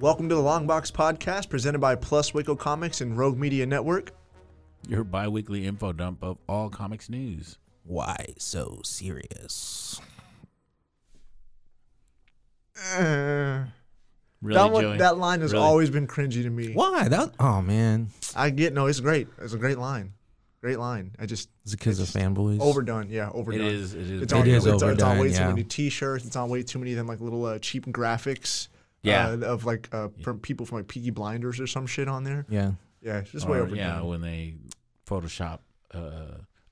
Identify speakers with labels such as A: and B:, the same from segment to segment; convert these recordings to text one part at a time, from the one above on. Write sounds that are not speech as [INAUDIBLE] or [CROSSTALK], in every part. A: Welcome to the Long Box Podcast, presented by Plus Wickle Comics and Rogue Media Network.
B: Your bi weekly info dump of all comics news.
C: Why so serious?
B: Really,
A: that,
B: Joey?
A: that line has
B: Really?
A: always been cringy to me.
C: Why? That oh man.
A: I get no, it's great. It's a great line. Great line. I just
C: Is it because of
A: It's
C: fanboys?
A: overdone. Yeah, overdone.
B: is- it is
A: It's
B: It
A: on,
B: is
A: it's, on- It's on
C: overdone,
A: way too
C: yeah.
A: many T-shirts. It's on way too many of them like little uh, cheap graphics.
B: Yeah.
A: uh, of like uh, from people from like Peaky Blinders or some shit on there.
C: Yeah.
A: Yeah, it's just way
B: Or,
A: overdone.
B: Oh, yeah, when they Photoshop uh,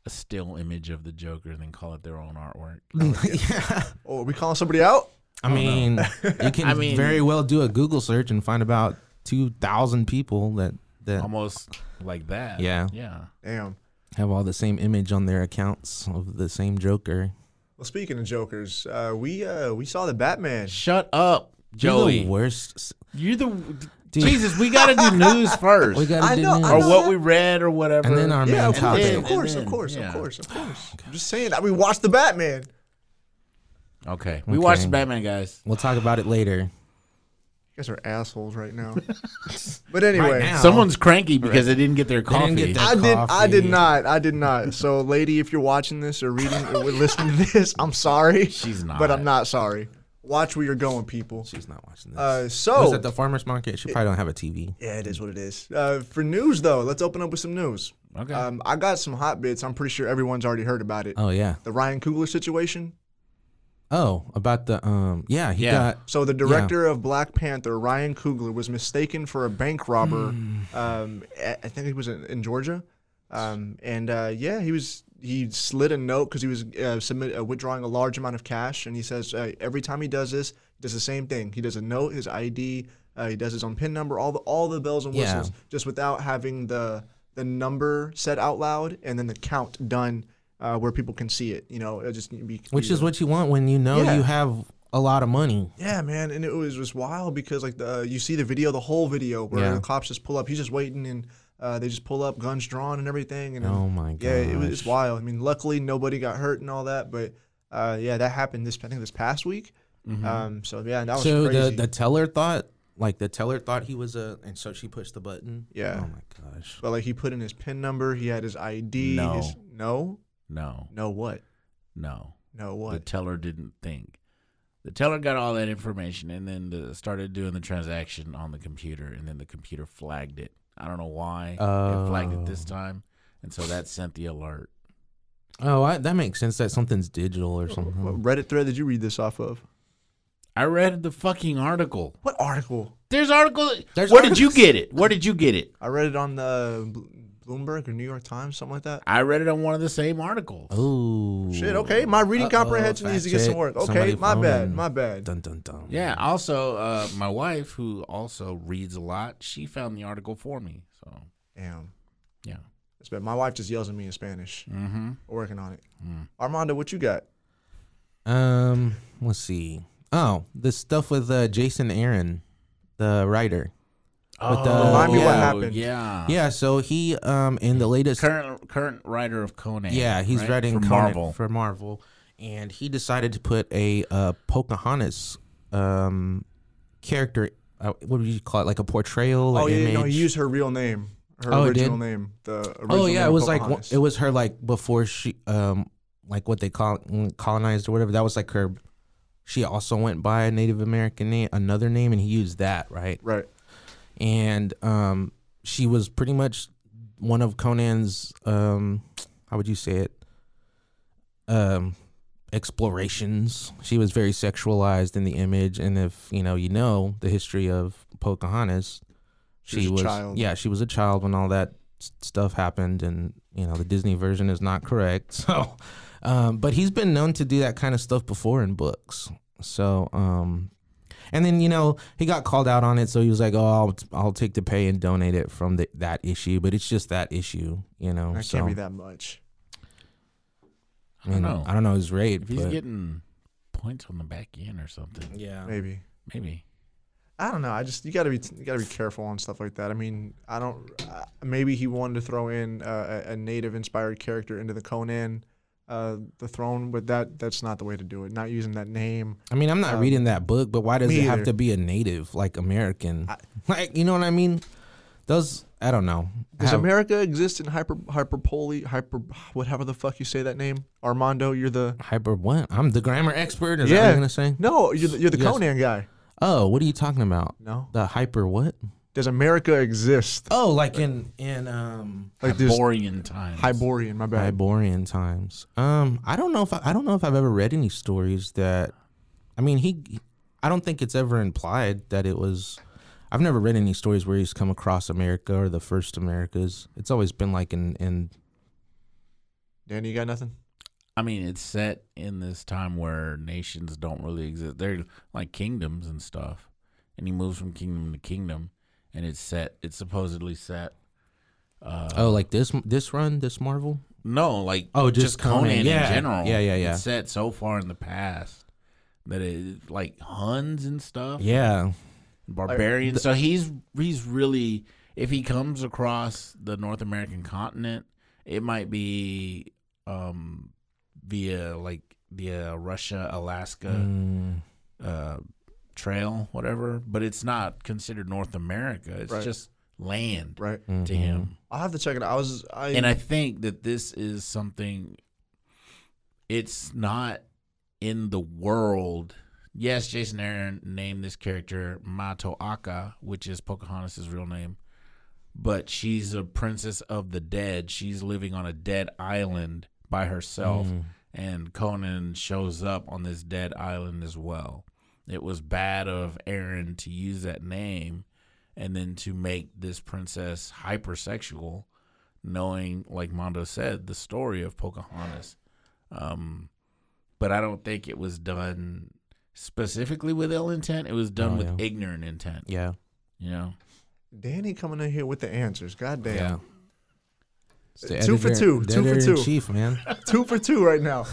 B: a still image of the Joker and then call it their
A: [LAUGHS]
B: own artwork.
C: yeah.
A: Oh, are we calling somebody out?
C: I mean, [LAUGHS] you can
B: I mean-
C: very well do a Google search and find about two thousand people that that
B: Um, Almost like that.
C: Yeah.
B: Yeah.
A: Damn.
C: have all the same image on their accounts of the same Joker.
A: Well, speaking of jokers, uh, we uh, we saw the Batman.
B: Shut up,
C: You're the
B: Joey.
C: worst. s-
B: You're the.
C: Dude.
B: Jesus, we got to
C: [LAUGHS]
B: do news first.
C: We gotta
A: I
C: do
A: know,
C: news.
A: I
B: or
A: know.
B: what we read or whatever.
C: and then our
A: Yeah,
C: main
A: of course,
C: topic.
A: of course,
B: And
A: of
B: then-
A: course,
B: yeah.
A: of course, of course. I'm just saying. I mean, watch the Batman.
B: Okay. We watched
C: Okay.
B: Batman, guys.
C: We'll talk about it later.
A: You guys are assholes right now. but anyway,
C: Right now.
B: Someone's cranky because they didn't get their coffee.
C: didn't get their-
A: I did. I did
C: Coffee.
A: not. I did not. So, lady, if you're watching this or reading or listening to this, I'm sorry.
B: She's
A: But
B: not.
A: I'm not sorry. Watch where you're going, people.
C: She's not watching this.
A: Uh,
C: I was
A: so
C: at the farmer's market. She probably don't have a TV.
A: yeah, it is what it is. Uh, for news though, let's open up with some news.
B: Okay.
A: Um, I got some hot bits. I'm pretty sure everyone's already heard about it.
C: Oh yeah.
A: The Ryan Coogler situation.
C: Oh, about the um. Yeah, he
B: Yeah.
C: got.
A: So the director of Black Panther, Ryan Coogler, was mistaken for a bank robber.
C: Hmm.
A: Um, I I think it was in, in Georgia, um, and uh, yeah, he was he slid a note because he was uh, submit, uh, withdrawing a large amount of cash, and he says uh, every time he does this, he does the same thing. He does a note, his ID, uh, he does his own PIN number, all the all the bells and
C: Yeah.
A: whistles, just without having the the number said out loud and then the count done uh, where people can see it. You know, it just be
C: Which is what you want when you know
A: Yeah.
C: you have a lot of money.
A: Yeah, man, and it was just wild because like the you see the video, the whole video where
C: Yeah.
A: the cops just pull up. He's just waiting, and uh, they just pull up, guns drawn, and everything. And
C: Oh my
A: yeah, it was it's
C: gosh.
A: wild. I mean, luckily nobody got hurt and all that, but uh, yeah, that happened this I think this past week. Um, so yeah, that was
C: so
A: crazy.
C: the the teller thought like the teller thought he was a and so she pushed the button
A: Yeah.
C: oh my gosh
A: but like he put in his pin number, he had his ID.
B: No.
A: his- no,
B: no.
A: no, what,
B: No.
A: no
B: the
A: what?
B: teller didn't think. The teller got all that information and then the, started doing the transaction on the computer, and then the computer flagged it. I don't know why it flagged it this
C: Oh.
B: time, and so that sent the alert.
C: oh I, that makes sense that something's digital or something
A: what Reddit thread did you read this off of?
B: I read the fucking article.
A: What article?
B: There's article.
C: There's
B: Where did you
C: articles.
B: get it? Where did you get it?
A: I read it on the Bl- Bloomberg or New York Times, something like that.
B: I read it on one of the same articles.
C: oh
A: Shit, okay. My reading
C: Uh-oh,
A: comprehension needs to get
C: fact
A: some work.
C: check.
A: Okay,
C: Somebody
A: my bad,
C: phone.
A: my bad.
C: dun dun dun
B: Yeah. Also, uh, my wife, who also reads a lot, she found the article for me. So
A: Damn.
B: yeah,
A: It's bad. My wife just yells at me in Spanish.
B: Mm-hmm.
A: Working on it.
C: Mm.
A: Armando, what you got?
C: Um, let's see. Oh, the stuff with uh, Jason Aaron, the writer. With the-
A: Remind me what
C: yeah.
A: happened.
B: Yeah.
C: Yeah, so he um in the latest
B: Current current writer of Conan.
C: Yeah, he's
B: right?
C: writing
B: for
C: Conan
B: Marvel.
C: for Marvel, and he decided to put a uh, Pocahontas um, character. Uh, what would you call it? Like a portrayal?
A: Oh
C: an
A: yeah, no,
C: image?
A: he used her real name, her
C: Oh, it
A: original
C: did?
A: name. The original
C: Oh
A: name
C: yeah, it
A: of
C: was like
A: Pocahontas.
C: it was her like before she um like what they call mm, colonized or whatever. That was like her. She also went by a Native American name, another name, and he used that right.
A: right.
C: And um, she was pretty much one of Conan's um, how would you say it? Um, explorations. She was very sexualized in the image, and if you know, you know the history of Pocahontas.
A: She was a child.
C: yeah, she was a child when all that s- stuff happened, and you know the Disney version is not correct. [LAUGHS] So, um, but he's been known to do that kind of stuff before in books. So, um, and then you know he got called out on it, so he was like, "Oh, I'll, I'll take the pay and donate it from the, that issue." But it's just that issue, you know.
A: That
C: so,
A: can't be that much.
B: I don't know.
C: I don't know his rate.
B: If he's
C: but-
B: getting points on the back end or something,
C: yeah.
A: Maybe.
B: maybe.
A: I don't know. I just you gotta be you gotta be careful on stuff like that. I mean, I don't. Uh, maybe he wanted to throw in uh, a, a native inspired character into the Conan, uh, the throne, but that that's not the way to do it. Not using that name.
C: I mean, I'm not
A: Um,
C: reading that book, but why does
A: me
C: it have
A: either.
C: to be a native, like American?
A: I-
C: [LAUGHS] like, you know what I mean? Those, I don't know.
A: Does
C: Have-
A: America exist in hyper hyperpole hyper whatever the fuck you say that name? Armando, you're the
C: Hyper what? I'm the grammar expert. Is that what
A: yeah.
C: I'm gonna say?
A: No, you're the, you're the
C: Yes.
A: Conan guy.
C: Oh, what are you talking about?
A: No.
C: The hyper what?
A: Does America exist?
C: Oh, like in in um
A: Like there's
B: Hyborian times.
A: Hyborian. My bad.
C: Hyborian times. Um, I don't know if I, I don't know if I've ever read any stories that. I mean, he. I don't think it's ever implied that it was. I've never read any stories where he's come across America or the first Americas. It's always been like in in
A: Danny, you got nothing?
B: I mean, it's set in this time where nations don't really exist. They're like kingdoms and stuff. And he moves from kingdom to kingdom, and it's set. It's supposedly set. Uh,
C: Oh, like this this run, this Marvel.
B: No, like
C: Oh, just Conan. Yeah.
B: in general.
C: Yeah, yeah, yeah.
B: It's set so far in the past that it like Huns and stuff,
C: Yeah,
B: barbarians. so he's he's really if he comes across the North American continent, it might be um via like the uh, Russia Alaska
C: Mm,
B: uh trail whatever, but it's not considered North America. It's
A: Right.
B: just land
A: Right.
C: Mm.
A: Mm-hmm.
B: to him.
A: I'll have to check it out. I was I,
B: and I think that this is something. It's not in the world. Yes, Jason Aaron named this character Mato Aka, which is Pocahontas' real name, but she's a princess of the dead. She's living on a dead island by herself, and Conan shows up on this dead island as well. It was bad of Aaron to use that name and then to make this princess hypersexual knowing, like Mondo said, the story of Pocahontas. Um, but I don't think it was done specifically with ill intent. It was done
C: Oh,
B: with
C: yeah.
B: ignorant intent.
C: yeah,
B: You know,
A: Danny coming in here with the answers. God damn.
C: yeah. It's the
A: Two for two,
C: the
A: two for
C: editor in
A: two.
C: Chief man.
A: two for two right
C: [LAUGHS]
A: now.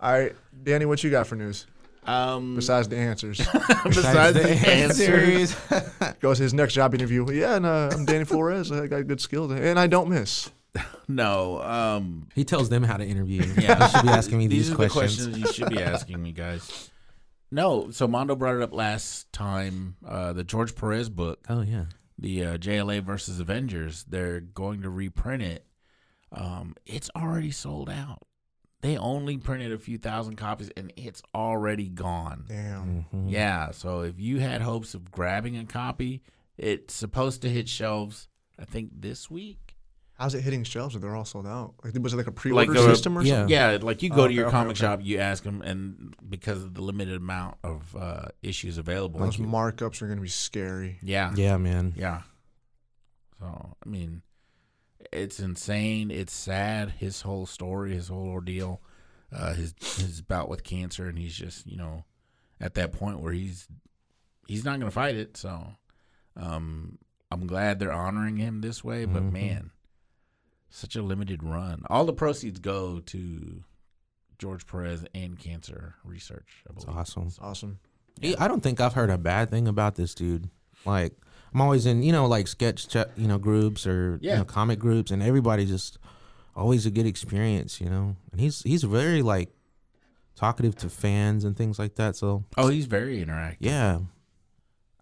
A: All right, Danny, what you got for news
B: um,
A: besides the
C: [LAUGHS]
A: answers?
B: besides the [LAUGHS] answer,
C: answers.
A: Goes to his next job interview. Yeah, and uh, I'm Danny Flores. I got good skills, and I don't miss.
B: no. Um,
C: he tells them how to interview. you.
B: [LAUGHS] Yeah.
C: you should be asking me these,
B: these are
C: questions.
B: the questions you should be asking me,
C: [LAUGHS]
B: guys. No, so Mondo brought it up last time. Uh, the George Perez book.
C: Oh yeah,
B: the uh, JLA versus Avengers. They're going to reprint it. Um, it's already sold out. They only printed a few thousand copies, and it's already gone.
A: Damn.
B: Yeah. So if you had hopes of grabbing a copy, it's supposed to hit shelves. I think this week.
A: How's it hitting shelves if they're all sold out? Like, was it like a
B: Like
A: pre-order
B: the-
A: system or
C: yeah.
A: something?
B: Yeah, like you go
A: Oh,
B: to
A: okay,
B: your
A: okay,
B: comic
A: okay.
B: shop, you ask them, and because of the limited amount of uh, issues available,
A: Those markups are gonna be scary.
B: yeah,
C: yeah, man.
B: Yeah. So I mean, it's insane. It's sad. His whole story, his whole ordeal, uh, his his bout with cancer, and he's just you know at that point where he's he's not gonna fight it. So um, I'm glad they're honoring him this way. But
C: Mhm.
B: man, such a limited run. All the proceeds go to George Perez and cancer research. I
C: It's
B: believe.
C: awesome.
A: Awesome.
C: He- I don't think I've heard a bad thing about this dude. Like I'm always in, you know, like sketch, ch- you know, groups or you
B: Yeah.
C: know, comic groups, and everybody just always a good experience, you know. And he's he's very like talkative to fans and things like that. So
B: Oh, he's very interactive.
C: yeah,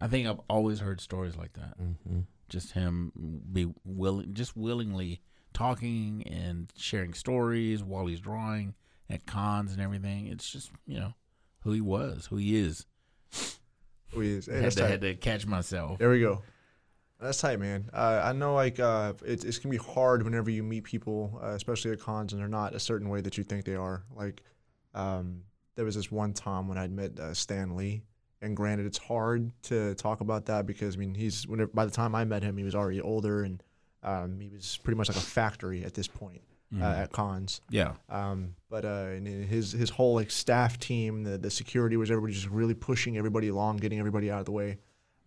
B: I think I've always heard stories like that.
C: hmm
B: Just him be willing, just willingly talking and sharing stories while he's drawing at cons and everything. It's just you know who he was, who he is.
A: We hey,
B: I had
A: that's
B: to,
A: tight.
B: had to catch myself.
A: There we go. That's tight, man. Uh, I know, like, uh, it's it's gonna be hard whenever you meet people, uh, especially at cons, and they're not a certain way that you think they are. Like, um, there was this one time when I'd met uh, Stan Lee, and granted, it's hard to talk about that because I mean, he's whenever by the time I met him, he was already older, and um, he was pretty much like a factory at this point
B: Mm-hmm.
A: uh, at cons.
B: Yeah.
A: Um, but uh, and and his his whole like staff team, the, the security was everybody just really pushing everybody along, getting everybody out of the way,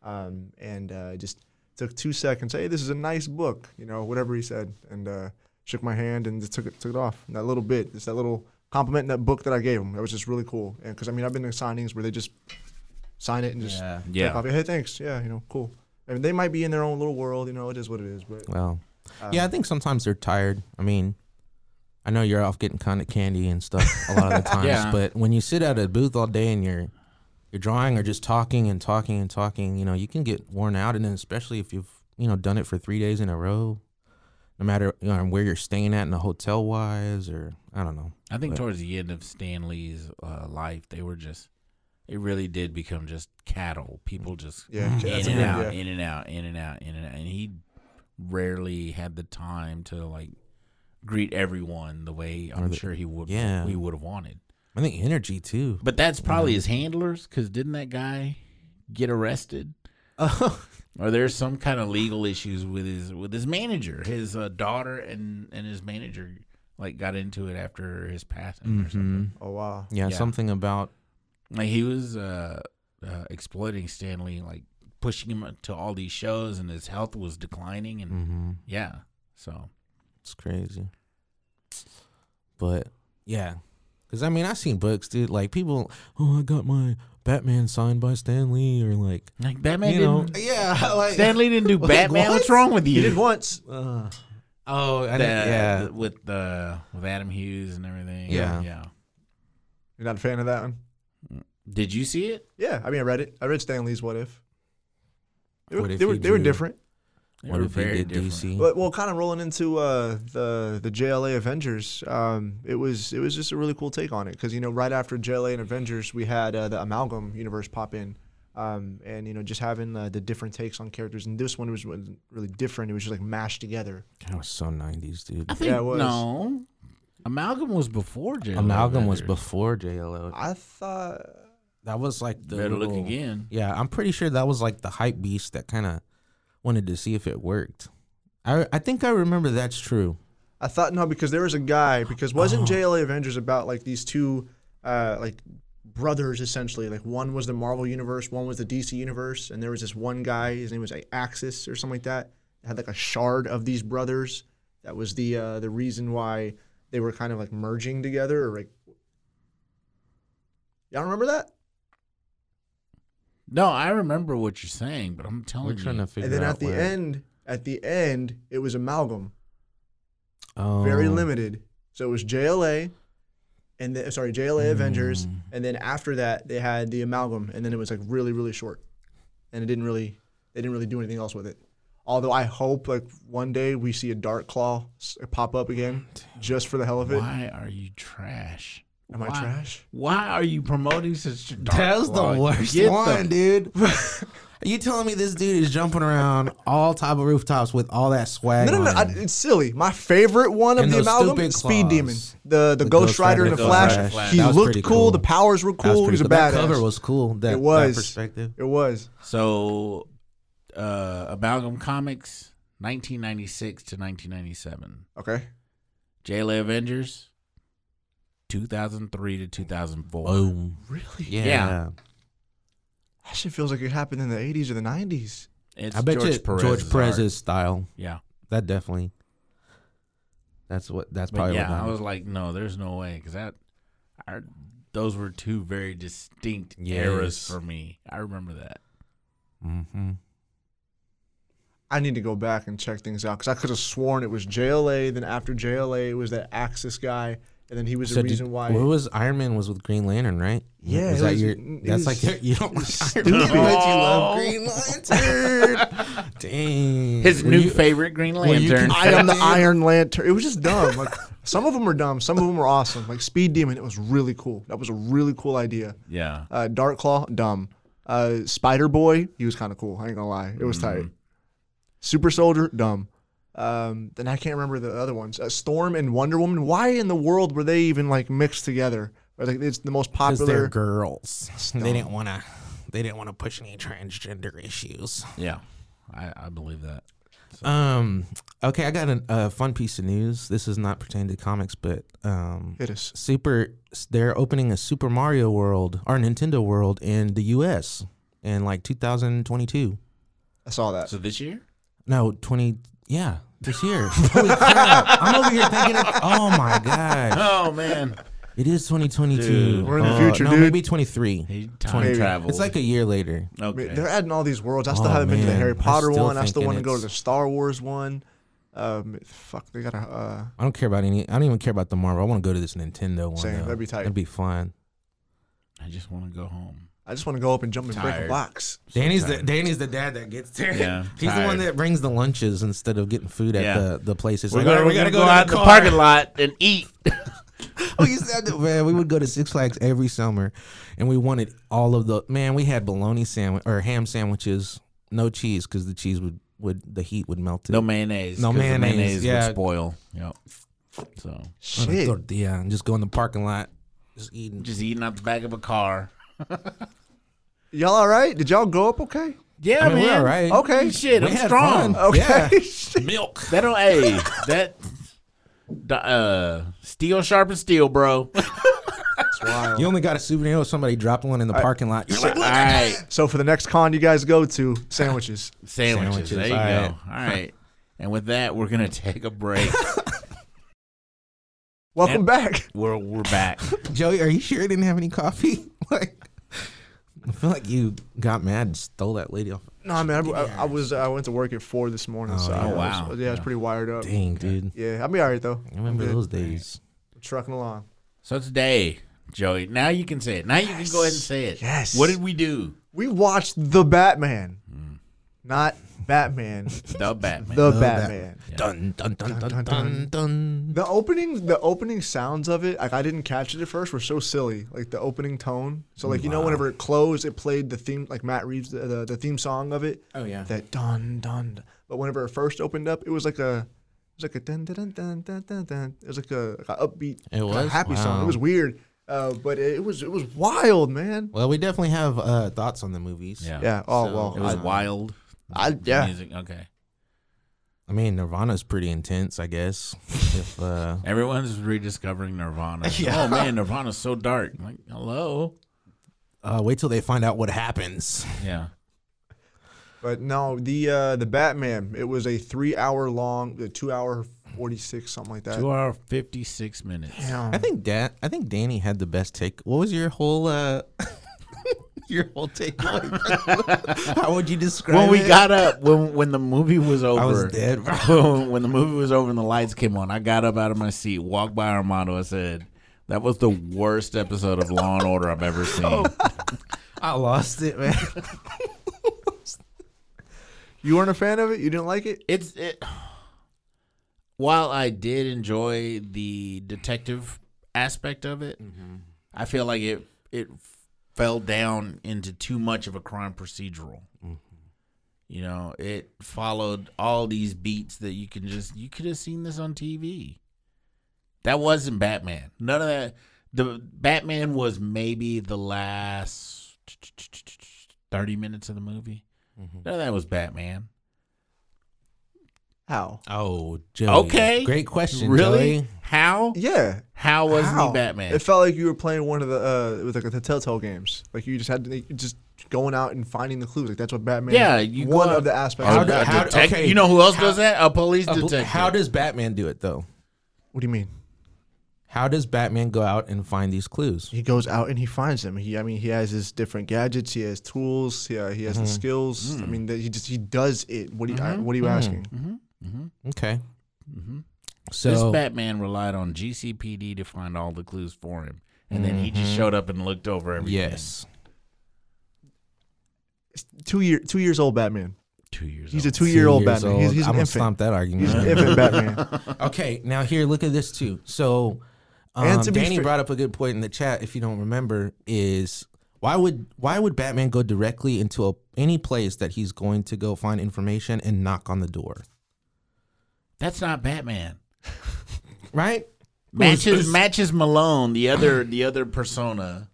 A: um, and uh, it just took two seconds. Hey, this is a nice book, you know, whatever he said, and uh, shook my hand and just took it took it off. And that little bit, it's that little compliment in that book that I gave him. That was just really cool, and because I mean I've been to signings where they just sign it and just
C: yeah.
A: yeah.
B: Yeah.
A: hey thanks, yeah, you know, cool. I mean they might be in their own little world, you know, it is what it is, but
C: Well,
B: Uh,
C: yeah, I think sometimes they're tired. I mean, I know you're off getting kind of candy and stuff a
B: [LAUGHS]
C: lot of the times,
B: Yeah.
C: but when you sit at a booth all day and you're you're drawing or just talking and talking and talking, you know, you can get worn out, and then especially if you've you know done it for three days in a row, no matter you know, where you're staying at in a hotel wise or I don't know.
B: I think
C: But-
B: towards the end of Stan Lee's uh, life, they were just, it really did become just cattle. People just
A: yeah,
C: Mm.
A: that's
B: in
A: a
B: and
A: good-
B: out,
A: yeah.
B: in and out, in and out, in and out. And he rarely had the time to like greet everyone the way I'm
C: the-
B: sure he would
C: Yeah.
B: he would have wanted.
C: I think energy too.
B: But that's probably his handlers because didn't that guy get
C: [LAUGHS]
B: arrested? Or there's some kind of legal issues with his with his manager, his uh, daughter and and his manager like got into it after his passing or something.
C: Mhm.
A: Oh wow,
C: Yeah,
B: Mm-hmm. Yeah.
C: something about
B: Like he was uh, uh, exploiting Stanley, like pushing him to all these shows, and his health was declining, and
C: hmm
B: yeah. So
C: It's crazy. But yeah, because I mean, I've seen books, dude. Like people, oh, I got my Batman signed by Stan Lee, or like,
B: like Batman,
C: you know,
B: didn't,
C: yeah, like
B: Stanley didn't do
C: [LAUGHS] Like,
B: Batman.
C: what?
B: What's wrong with
A: he
B: you?
A: did once.
C: Uh, oh, I
B: The-
C: didn't- yeah,
B: the- with the with Adam Hughes and everything.
C: Yeah.
B: yeah.
A: You're not a fan of that one.
B: Did you see it?
A: Yeah, I mean, I read it. I read Stan Lee's What If. They were,
C: What if
A: they, were,
C: he
A: they were
C: drew-
A: different.
B: They
C: what
B: were
C: if he
B: very
C: did
B: different.
C: DC?
A: But well, kind of rolling into uh, the the JLA Avengers, um, it was it was just a really cool take on it because you know right after JLA and Avengers, we had uh, the Amalgam universe pop in, um, and you know just having uh, the different takes on characters. And this one was wasn't really different. It was just like mashed together.
C: That was so nineties, dude.
B: I think
A: Yeah, it was.
B: no. Amalgam was before Jim.
C: Amalgam was before JLO.
A: I thought
C: That was like the
B: Better look
C: little-
B: again.
C: Yeah, I'm pretty sure that was like the hype beast that kind of wanted to see if it worked. I I think I remember that's true.
A: I thought no because there was a guy because
C: Oh.
A: wasn't JLA Avengers about like these two uh, like brothers essentially like one was the Marvel universe, one was the DC universe, and there was this one guy his name was like, Axis or something like that had like a shard of these brothers that was the uh, the reason why they were kind of like merging together or like y'all remember that
B: No, I remember what you're saying, but I'm telling
C: We're
B: you,
C: trying to figure
A: and then
C: out
A: at the
C: where-
A: end at the end it was amalgam
C: oh.
A: very limited. So it was JLA, and the, sorry JLA
C: Hmm.
A: Avengers, and then after that they had the amalgam, and then it was like really really short, and it didn't really they didn't really do anything else with it. Although I hope like one day we see a Dark Claw s- uh, pop up again, just for the hell of it.
B: Why are you trash?
A: Am I
B: Why-
A: trash?
B: Why are you promoting such dark
C: That was
B: law?
C: the worst
B: Get the-
C: one, dude. [LAUGHS] you telling me this dude is jumping around all type of rooftops with all that swag?
A: No, no, no!
C: on
A: I,
C: him?
A: it's silly. My favorite one of
C: And
A: the
C: those
A: amalgam,
C: stupid
A: Speed
C: claws.
A: Demon, the the,
C: The
A: Ghost,
C: Ghost
A: Rider,
C: Rider
A: and the
C: and the
A: Flash.
C: Flash.
A: He
C: That was
A: looked
C: pretty
A: cool.
C: cool.
A: The powers were
C: That
A: cool. He was a
C: pretty
A: badass.
C: That cover was cool. That,
A: it was
C: that perspective.
A: It was.
B: So, uh, Amalgam Comics, 1996 to 1997.
A: Okay.
B: JLA Avengers, 2003 to 2004.
C: Boom.
A: Really?
C: Yeah.
B: Yeah.
A: That shit feels like it happened in the 80s or the 90s.
B: It's
C: I bet
B: George
C: you
B: Perez.
C: George Perez's style.
B: Yeah.
C: That definitely. That's what. That's
B: But
C: probably
B: yeah,
C: what
B: I was like, no, there's no way because that, I, those were two very distinct eras
C: Yes.
B: for me. I remember that.
C: mm-hmm.
A: I need to go back and check things out because I could have sworn it was JLA. Then after JLA, it was that Axis guy, and then he was the
C: did-
A: reason why.
C: What was Iron Man was with Green Lantern, right?
A: Yeah,
C: Was
A: it
C: that
A: was-
C: your?
A: it was
C: That's like your, you don't like Iron
A: stupid.
C: Man, but you
B: Oh. [LAUGHS]
C: love Green Lantern. Dang.
B: His
C: Were
B: new
C: you-
B: favorite Green
C: you
B: Lantern.
C: can-
A: I am the
C: Dude.
A: Iron Lantern. It was just dumb. Like [LAUGHS] some of them were dumb, some of them were awesome. Like Speed Demon, it was really cool. That was a really cool idea.
B: yeah,
A: Uh, Dark Claw, dumb. Uh, Spider Boy, he was kind of cool. I ain't gonna lie, it was
C: Mm-hmm.
A: tight. Super Soldier, dumb. Um, then I can't remember the other ones. Uh, Storm and Wonder Woman. Why in the world were they even like mixed together? Or, like it's the most
C: 'Cause
A: popular.
C: they're girls. They didn't want to. They didn't want to push any transgender issues.
B: yeah, I, I believe that.
C: Um. Okay, I got an- a fun piece of news. This is not pertaining to comics, but um,
A: It is.
C: super. They're opening a Super Mario World or Nintendo World in the U.S. in like 2022.
A: I saw that.
B: So this year,
C: No, 20. Yeah, this
A: [LAUGHS]
C: year. Holy crap! I'm over here thinking. Of, oh my god!
B: oh
C: [LAUGHS]
B: man,
C: It is 2022.
B: Dude.
A: We're in the
C: Uh,
A: future,
C: no,
A: dude.
C: Maybe 23.
B: he time
A: Maybe.
B: traveled.
C: It's like a year later.
A: I mean,
B: okay.
A: they're adding all these worlds. I still
C: Oh,
A: haven't been to the
C: man.
A: Harry
C: I'm
A: Potter
C: still
A: one. I still
C: thinking
A: want to go to
C: it's-
A: the Star Wars one. Um, fuck, they got a. Uh,
C: I don't care about any. I don't even care about the Marvel. I want to go to this Nintendo one.
A: Same.
C: though.
A: That'd be tight.
C: That'd be fun.
B: I just want to go home.
A: I just want to go up and jump and break a
B: Tired.
A: box.
C: Danny's
B: tired.
C: the Danny's the dad that gets there.
B: Yeah,
C: [LAUGHS] he's the one
B: tired.
C: that brings the lunches instead of getting food at
B: Yeah.
C: the, the places.
B: We're
C: Like, oh,
B: gonna,
C: "All right,
B: we gotta go,
C: to
B: out in the
C: car." [LAUGHS]
B: parking lot and eat.
C: we used to have to, man, we would go to Six Flags every summer, and we wanted all of the man. We had bologna sandwich or ham sandwiches, no cheese because the cheese would would the heat would melt it.
B: No mayonnaise.
C: No
B: 'cause the
C: mayonnaise,
B: mayonnaise
C: yeah.
B: would spoil. Yep. So
C: On a
A: Shit.
C: Oh, tortilla and just go in the parking lot, just eating.
B: just eating out the back of a car.
A: Y'all all right? Did y'all go up okay?
B: Yeah,
C: I mean, we're all right.
A: Okay.
B: Shit,
C: We
B: I'm
C: had
B: strong.
C: fun.
A: Okay. [LAUGHS]
C: Milk.
B: That don't. Hey, that. d- Uh, steel sharp and steel, bro.
A: That's wild.
C: You only got a souvenir if somebody dropped one in the parking lot. You're
B: All
C: like,
B: right,
A: So for the next con you guys go to, [LAUGHS] sandwiches.
B: sandwiches.
C: Sandwiches,
B: There you
C: all
B: go. All right, and with that, we're gonna take
A: [LAUGHS]
B: a break.
A: Welcome
B: And-
A: back.
B: we're we're back.
C: Joey, are you sure you didn't have any coffee? [LAUGHS] like, I feel like you got mad and stole that lady off.
A: [LAUGHS] No, man, I, I, I was uh, I went to work at four this morning. so
C: yeah.
A: I was-
C: Oh,
B: wow.
A: yeah, I was pretty wired up.
C: Dang, dude.
A: Yeah, I'll be all right though.
C: I remember
A: I'm good.
C: those days.
A: Trucking along.
B: So today, Joey, now you can say it. Now you can go ahead and say it.
A: Yes.
B: What did we do?
A: We watched the Batman,
C: Hmm.
A: not Batman.
B: The Batman.
A: the
C: The
A: Batman.
C: Dun, dun, dun, dun,
A: dun,
C: dun,
A: dun.
C: dun,
A: The opening, the opening sounds of it, like I didn't catch it at first, were so silly. Like the opening tone. So like you know, whenever it closed, it played the theme, like Matt Reeves, the, the, the theme song of it.
C: Oh, yeah.
A: That dun dun. dun. But whenever it first opened up, it was like a, it was like a dun dun dun dun dun dun. dun. It was like a, like a upbeat,
C: It
A: kinda
C: was?
A: happy song. It
C: Wow.
A: was weird, uh, but it, it was it was wild, man.
C: Well, we definitely have uh, thoughts on the movies.
B: Yeah.
A: Yeah. Oh
C: So-
A: well.
B: It was
A: I,
B: wild.
A: I- yeah.
B: Music. Okay.
C: I mean, Nirvana's pretty intense, I guess. if uh,
B: Everyone's
A: [LAUGHS]
B: rediscovering Nirvana. Oh man, Nirvana's so dark. I'm like, hello.
C: uh, wait till they find out what happens.
B: Yeah.
A: But no, the uh, the Batman. It was a three hour long, uh, two hour forty six, something like that.
B: Two hour fifty six minutes.
A: Damn.
C: I think Dan, I think Danny had the best take. What was your whole uh, [LAUGHS] your
B: [LAUGHS]
C: whole takeaway? [LAUGHS] How would you describe
B: When we
C: it?
B: got up, when when the movie was over,
C: [LAUGHS] I was dead,
B: [LAUGHS]
C: bro.
B: when the movie was over and the lights came on, I got up out of my seat, walked by Armando, I said, "That was the worst episode of Law and Order I've
C: [LAUGHS] Oh,
B: ever seen."
C: I lost it, man.
A: You weren't a fan of it. You didn't like it.
B: it's it [SIGHS] while I did enjoy the detective aspect of it, I feel like it it fell down into too much of a crime procedural. You know, it followed all these beats that you can just you could have seen this on TV. That wasn't Batman. None of that. The Batman was maybe the last thirty minutes of the movie. None of that was Batman.
A: How?
C: Oh, Joey.
B: Okay.
C: Great question,
B: Really?
C: Joey.
B: How?
A: Yeah.
B: How was
A: How?
B: he Batman?
A: It felt like you were playing one of the uh, it was like the Telltale games. Like you just had to you just going out and finding the clues. Like that's what Batman.
B: Yeah, you go
A: one
B: out-
A: of the aspects.
C: How
B: A
A: of
C: do-
A: Batman.
C: how-
B: detec-
C: okay.
B: You know who else
C: How-
B: does that? A police
C: Uh,
B: detective.
C: How does Batman do it though?
A: What do you mean?
C: How does Batman go out and find these clues?
A: He goes out and he finds them. He, I mean, he has his different gadgets. He has tools. He, uh, he has the skills.
B: Mm.
A: I mean, that he just he does it. What do you, I-
B: Mm-hmm.
A: what are you asking?
C: Okay.
A: Mm-hmm.
B: this
C: So
B: Batman relied on GCPD to find all the clues for him, and then he just showed up and looked over everything.
C: Mm-hmm. yes,
A: Two year two years old Batman.
B: two years.
A: He's a
B: old.
A: two year old
C: years
A: Batman. He's, he's
C: I'm
A: an
C: gonna
A: infant.
C: stomp that argument.
A: He's an infant
B: [LAUGHS]
A: Batman.
C: Okay, now here, look at this too. So, um,
A: And to be
C: Danny
A: fair-
C: brought up a good point in the chat. If you don't remember, is why would why would Batman go directly into a, any place that he's going to go find information and knock on the door?
B: That's not Batman.
C: Right?
B: Matches matches Malone, the
C: [COUGHS]
B: other the other persona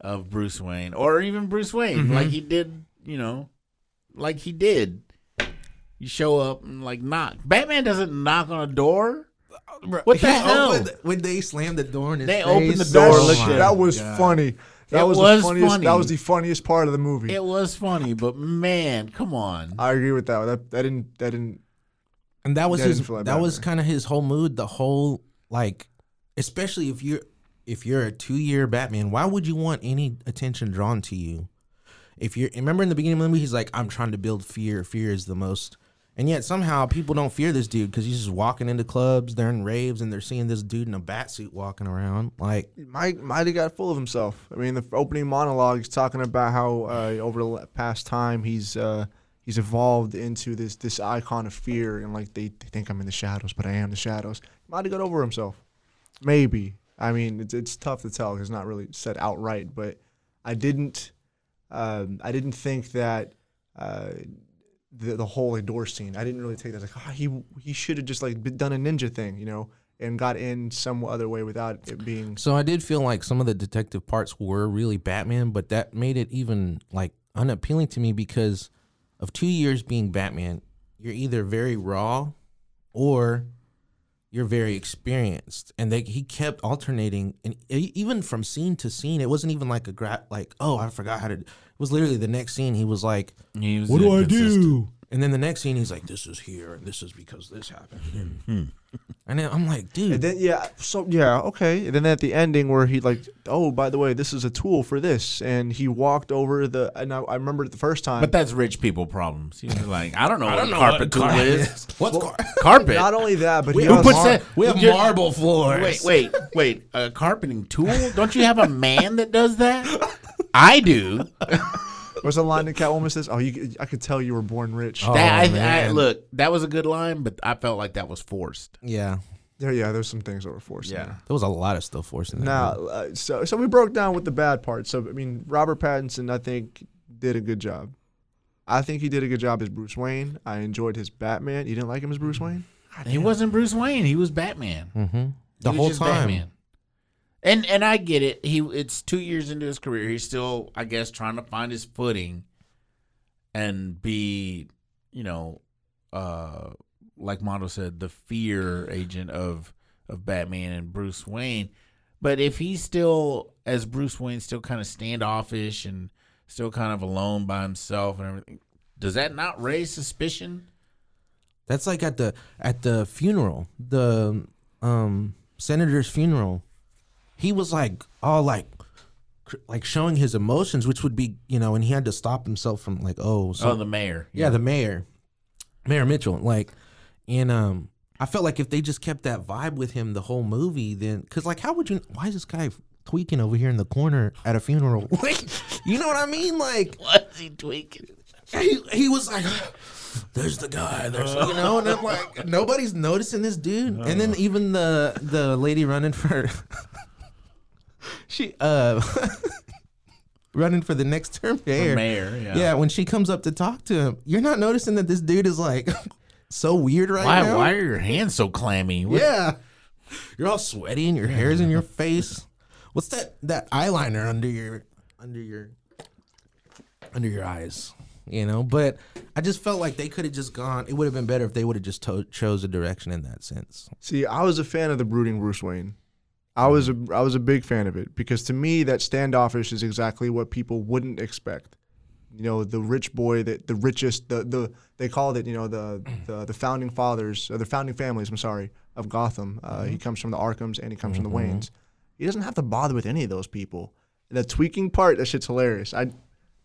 B: of Bruce Wayne, or even Bruce Wayne,
C: Mm-hmm.
B: like he did. You know, like he did. You show up and like knock. Batman doesn't knock on a door. What the
C: He
B: hell?
C: opened- when they slammed the door, in his
B: They
C: face,
B: opened the
A: That,
B: door,
C: oh
A: shit-
C: my
A: that was
B: God.
A: funny. That
B: It
A: was,
B: was
A: the funniest. That
B: funny.
A: was the funniest part of the movie.
B: It was funny, but man, come on.
A: I agree with that. That that didn't that didn't.
C: And that was
A: That
C: his.
A: didn't feel like
C: that was
A: Batman.
C: kind of his whole mood. The whole like, especially if you're if you're a two year Batman, why would you want any attention drawn to you? If you are remember in the beginning of the movie, he's like, "I'm trying to build fear. Fear is the most." And yet somehow people don't fear this dude because he's just walking into clubs, they're in raves, and they're seeing this dude in a bat suit walking around. Like,
A: Mike might have got full of himself. I mean, the opening monologue is talking about how uh, over the la- past time he's uh, he's evolved into this this icon of fear, and like they, they think I'm in the shadows, but I am the shadows. Might have got over himself, maybe. I mean, it's, it's tough to tell. 'cause It's not really said outright, but I didn't um, I didn't think that uh, the the whole like, door scene. I didn't really take that like oh, he he should have just like been- done a ninja thing, you know. And got in some other way without it being
C: so I did feel like some of the detective parts were really Batman, but that made it even like unappealing to me because of two years being Batman, you're either very raw or you're very experienced. And they, he kept alternating, and e- even from scene to scene, it wasn't even like a gra- like oh I forgot how to. It was literally the next scene. He was like,
B: He was
C: "What do I
B: inconsistent.
C: do?" And then the next scene, he's like, "This is here, and this is because this happened." And,
B: Hmm.
C: and then I'm like, dude,
A: And then yeah, so yeah, okay. And then at the ending where he like, oh, by the way, this is a tool for this, and he walked over the. And I, I remember it the first time.
B: But that's rich people problems. He was like, I don't know what a carpet tool is.
C: What's car-
B: [LAUGHS] Carpet.
A: not only that, but he
B: Who
A: also-
B: puts that?
C: We have
B: You're-
C: marble floors.
B: Wait, wait, wait. A carpeting tool? Don't you have a man that does that? I
C: [LAUGHS]
B: do.
A: What's the line that Catwoman says? Oh, you, I could tell you were born rich.
C: Oh,
B: That I, I,
C: man.
B: look, that was a good line, but I felt like that was forced.
C: Yeah,
A: There, yeah, there's some things that were forced. in there.
C: there was a lot of stuff forcing that.
A: Now, uh, so so we broke down with the bad part. So I mean, Robert Pattinson, I think, did a good job. I think he did a good job as Bruce Wayne. I enjoyed his Batman. You didn't like him as
B: Mm.
A: Bruce Wayne?
B: He wasn't Bruce Wayne. He was Batman.
C: the
B: He was
C: whole
B: just
C: time.
B: Batman. And and I get it. He it's two years into his career. He's still, I guess, trying to find his footing and be, you know, uh like Mondo said, the fear agent of of Batman and Bruce Wayne. But if he's still as Bruce Wayne still kind of standoffish and still kind of alone by himself and everything, does that not raise suspicion?
C: That's like at the at the funeral, the um senator's funeral. He was like all like cr- like showing his emotions, which would be you know, and he had to stop himself from like oh so
B: oh, the mayor. [LAUGHS]
C: yeah the mayor, Mayor Mitchell, like and um. I felt like if they just kept that vibe with him the whole movie, then because like, how would you? Why is this guy tweaking over here in the corner at a funeral? [LAUGHS] Like, you know what I mean? Like,
B: Why is he tweaking?
C: he, he was like, [SIGHS] "There's the guy." There's you know, and
B: [LAUGHS]
C: I'm like, nobody's noticing this dude. And
B: Uh.
C: then even the the lady running for, [LAUGHS] she uh, [LAUGHS] running for the next term mayor.
B: mayor, yeah.
C: when she comes up to talk to him, you're not noticing that this dude is like [LAUGHS] so weird right
B: Why
C: now.
B: why are your hands so clammy? What-
C: Yeah, you're all sweaty and your hair's
B: [LAUGHS]
C: in your face. What's that that eyeliner under your under your under your eyes? You know, but I just felt like they could have just gone. It would have been better if they would have just to- chose a direction in that sense.
A: See, I was a fan of the brooding Bruce Wayne. I was a I was a big fan of it because to me that standoffish is exactly what people wouldn't expect. you know the rich boy that the richest the the they called it you know the the, the founding fathers or the founding families I'm sorry of Gotham. Uh, He comes from the Arkhams and he comes from the Waynes. He doesn't have to bother with any of those people. The tweaking part that shit's hilarious. I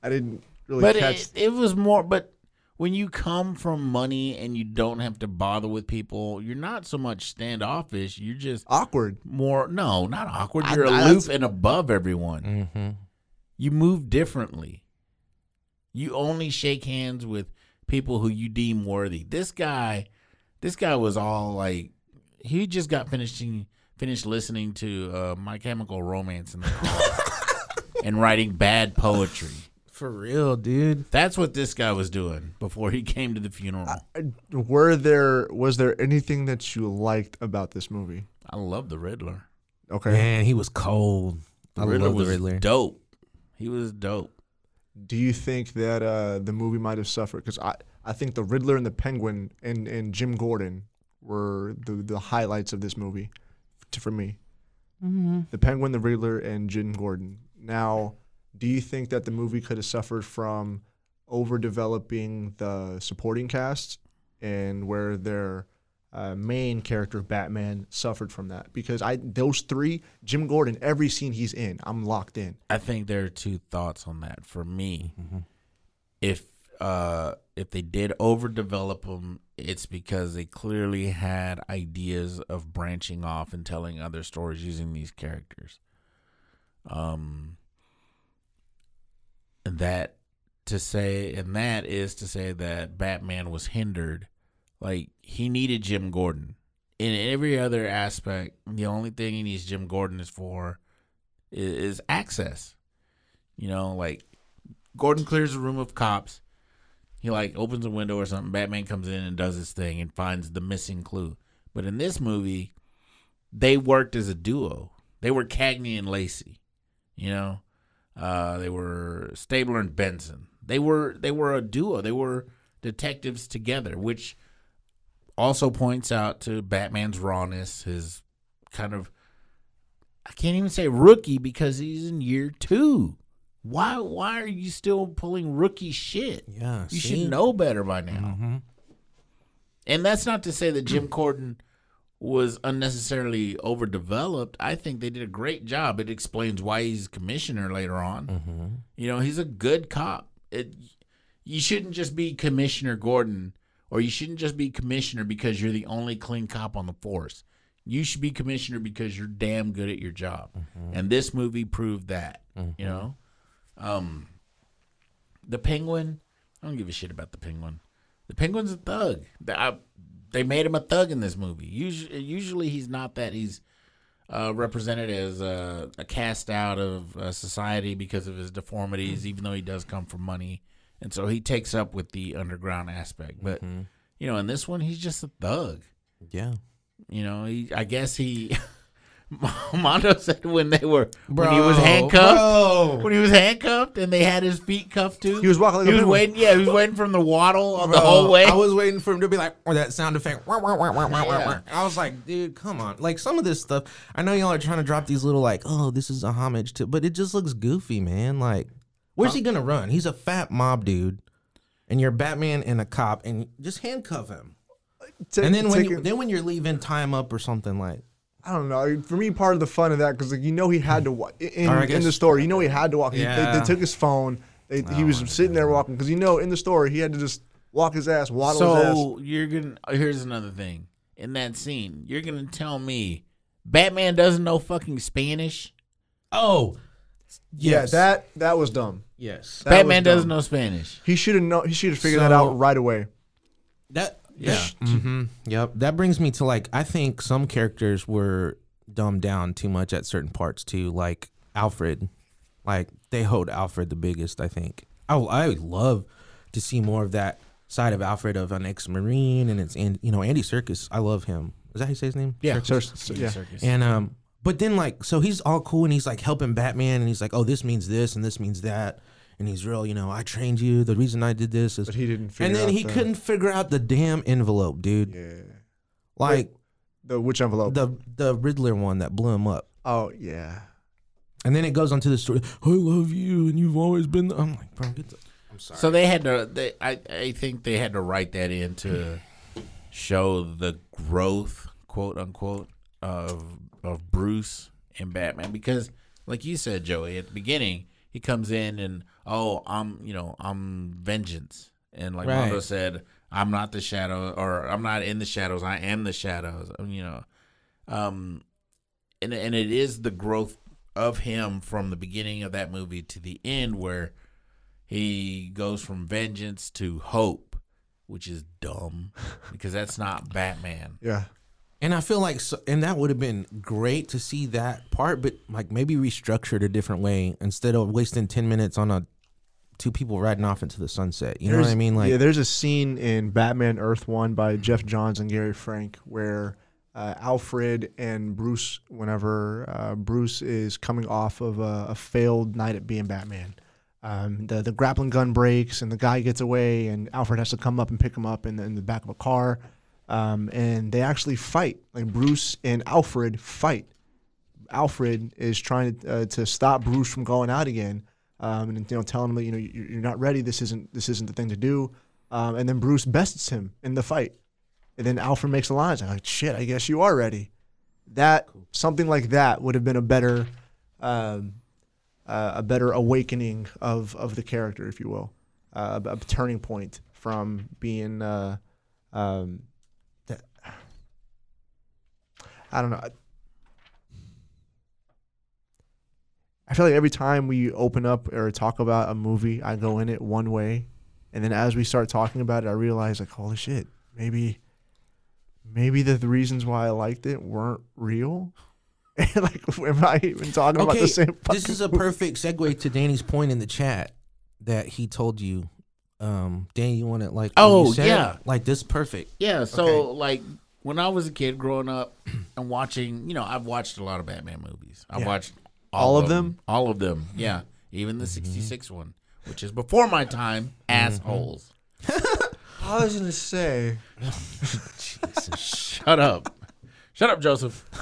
A: I didn't really
B: But
A: catch.
B: it, it was more. But when you come from money and you don't have to bother with people, you're not so much standoffish. You're just
A: Awkward.
B: more no, not awkward.
A: I-
B: You're
A: I-
B: aloof
A: that's-
B: and above everyone.
C: Mm-hmm.
B: You move differently. You only shake hands with people who you deem worthy. This guy, this guy was all like, he just got finishing finished listening to uh, My Chemical Romance in the car
C: [LAUGHS]
B: and writing bad poetry.
C: For real, dude.
B: That's what this guy was doing before he came to the funeral. I,
A: Were there was there anything that you liked about this movie?
B: love the Riddler.
A: Okay.
C: Man, he was cold. I
B: The Riddler
C: love the
B: was
C: Riddler.
B: dope. He was dope.
A: Do you think that uh, the movie might have suffered? Because I, I think the Riddler and the Penguin and, and Jim Gordon were the, the highlights of this movie to, for me. The Penguin, the Riddler, and Jim Gordon. Now, do you think that the movie could have suffered from overdeveloping the supporting cast and where their uh, main character Batman suffered from that? Because I those three, Jim Gordon, every scene he's in, I'm locked in.
B: I think there are two thoughts on that. For me, if uh, if they did overdevelop them, it's because they clearly had ideas of branching off and telling other stories using these characters. Um, that to say, and that is to say that Batman was hindered. Like he needed Jim Gordon in every other aspect. The only thing he needs Jim Gordon is for is, is access. You know, like Gordon clears a room of cops. He like opens a window or something. Batman comes in and does his thing and finds the missing clue. But in this movie, they worked as a duo. They were Cagney and Lacey. You know, uh, they were Stabler and Benson. They were they were a duo. They were detectives together, which also points out to Batman's rawness, his kind of I can't even say rookie because he's in year two. Why why are you still pulling rookie shit?
C: Yeah,
B: You
C: see?
B: should know better by now.
C: Mhm.
B: And that's not to say that Jim Corden was unnecessarily overdeveloped. I think they did a great job. It explains why he's commissioner later on. You know, he's a good cop. It, you shouldn't just be Commissioner Gordon, or you shouldn't just be commissioner because you're the only clean cop on the force. You should be commissioner because you're damn good at your job. And this movie proved that. You know, um, the Penguin. I don't give a shit about the Penguin. The Penguin's a thug. They, I- they made him a thug in this movie. Usually, usually he's not that. He's uh, represented as uh, a cast out of uh, society because of his deformities, even though he does come from money, and so he takes up with the underground aspect. But you know, in this one, he's just a thug.
C: Yeah.
B: You know, he, I guess he. [LAUGHS] Mondo said when they were when he
C: Bro,
B: was handcuffed,
C: bro.
B: when he was handcuffed, and they had his feet cuffed too.
A: He was walking like
B: he
A: a
B: was
A: penguin.
B: waiting. Yeah, he was waiting from the waddle on the
C: Bro,
B: whole way.
C: Uh, I was waiting for him to be like, or that sound effect. wah, wah, wah, wah, wah, wah, wah.
B: Yeah.
C: I was like, dude, come on. Like some of this stuff, I know y'all are trying to drop these little like, oh, this is a homage to, but it just looks goofy, man. Like, where's he gonna run? He's a fat mob dude, and you're Batman and a cop, and just handcuff him.
A: Ta-
C: and then when
A: taking-
C: you, then when you're leaving, time up or something like.
A: I don't know. For me, part of the fun of that because like you know he had to walk in,
C: Or I
A: in the
C: guess-
A: story. You know he had to walk. He- they,
C: Yeah.
A: they took his phone. They, he was sitting there walking because you know in the story he had to just walk his ass, waddle his ass.
B: So you're gonna here's another thing. In that scene, you're gonna tell me Batman doesn't know fucking Spanish.
C: Oh, yes,
A: Yeah, that that was dumb.
C: yes,
A: That was
B: Batman
A: dumb.
B: doesn't know Spanish.
A: He should have know. He should have figured that
C: So-
A: out right away.
C: that
B: Yeah.
C: hmm Yep. That brings me to like I think some characters were dumbed down too much at certain parts too, like Alfred. Like they hold Alfred the biggest, I think. I w- I would love to see more of that side of Alfred of an ex-marine and it's and you know Andy Circus. I love him. Is that how you say his name?
B: Yeah.
A: So, so- yeah.
C: And um, but then like, so he's all cool and he's like helping Batman and he's like, oh, this means this and this means that. And he's real, you know. I trained you. The reason I did this is.
A: But he didn't figure
C: And then
A: out
C: he
A: the-
C: couldn't figure out the damn envelope, dude.
A: Yeah.
C: Like
A: The which envelope?
C: the the Riddler one that blew him up.
A: oh yeah.
C: And then it goes on to the story. I love you, and you've always been. I'm like, bro, get the. I'm sorry.
B: So they had to. They, I I think they had to write that in to show the growth, quote unquote, of of Bruce and Batman because, like you said, Joey, at the beginning he comes in and oh I'm you know I'm vengeance and like
C: Right.
B: Mondo said I'm not the shadow or I'm not in the shadows I am the shadows you know, um, and and it is the growth of him from the beginning of that movie to the end where he goes from vengeance to hope, which is dumb [LAUGHS] because that's not Batman.
A: Yeah.
C: And I feel like, so, and that would have been great to see that part, but like maybe restructured a different way instead of wasting ten minutes on a two people riding off into the sunset. You know what I
A: There's-
C: mean? Like,
A: yeah, there's a scene in Batman Earth One by Jeff Johns and Gary Frank where uh, Alfred and Bruce, whenever uh, Bruce is coming off of a, a failed night at being Batman, um, the the grappling gun breaks and the guy gets away, and Alfred has to come up and pick him up in the, in the back of a car, um, and they actually fight. Like Bruce and Alfred fight. Alfred is trying to, uh, to stop Bruce from going out again, um, and you know, telling him that you know you- you're not ready. This isn't this isn't the thing to do. Um, and then Bruce bests him in the fight, and then Alfred makes a line. I'm like, "Oh, shit, I guess you are ready. That something like that would have been a better, um, uh, a better awakening of of the character, if you will, uh, a, a turning point from being. Uh, um, that, I don't know. I feel like every time we open up or talk about a movie, I go in it one way, and then as we start talking about it, I realize like, holy shit, maybe, maybe the, the reasons why I liked it weren't real. [LAUGHS] And like, [LAUGHS] am I even talking about the same?
C: this is a perfect segue to Danny's point in the chat that he told you. Um, Danny, you want to like? when
B: Oh,
C: you said it,
B: yeah.
C: like this perfect.
B: Yeah, so
C: Okay.
B: like when I was a kid growing up [CLEARS THROAT] and watching, you know, I've watched a lot of Batman movies. I
A: Yeah.
B: watched
A: All of them?
B: All of them. Mm-hmm. Yeah. Even the 66 one, which is before my time, assholes.
A: I was gonna say.
B: Shut up. Shut up, Joseph. [LAUGHS]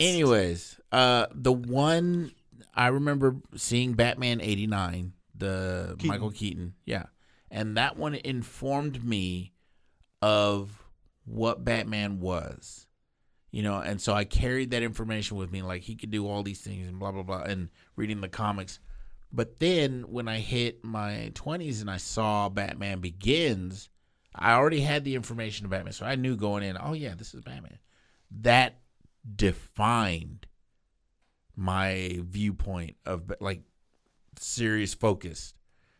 B: Anyways, uh the one I remember seeing Batman 89, the Michael Keaton. Yeah. And that one informed me of what Batman was. You know, and so I carried that information with me like he could do all these things and blah blah blah and reading the comics. But then when I hit my 20s and I saw Batman Begins, I already had the information of Batman, so I knew going in, oh yeah, this is Batman. That defined my viewpoint of Ba- like serious focused.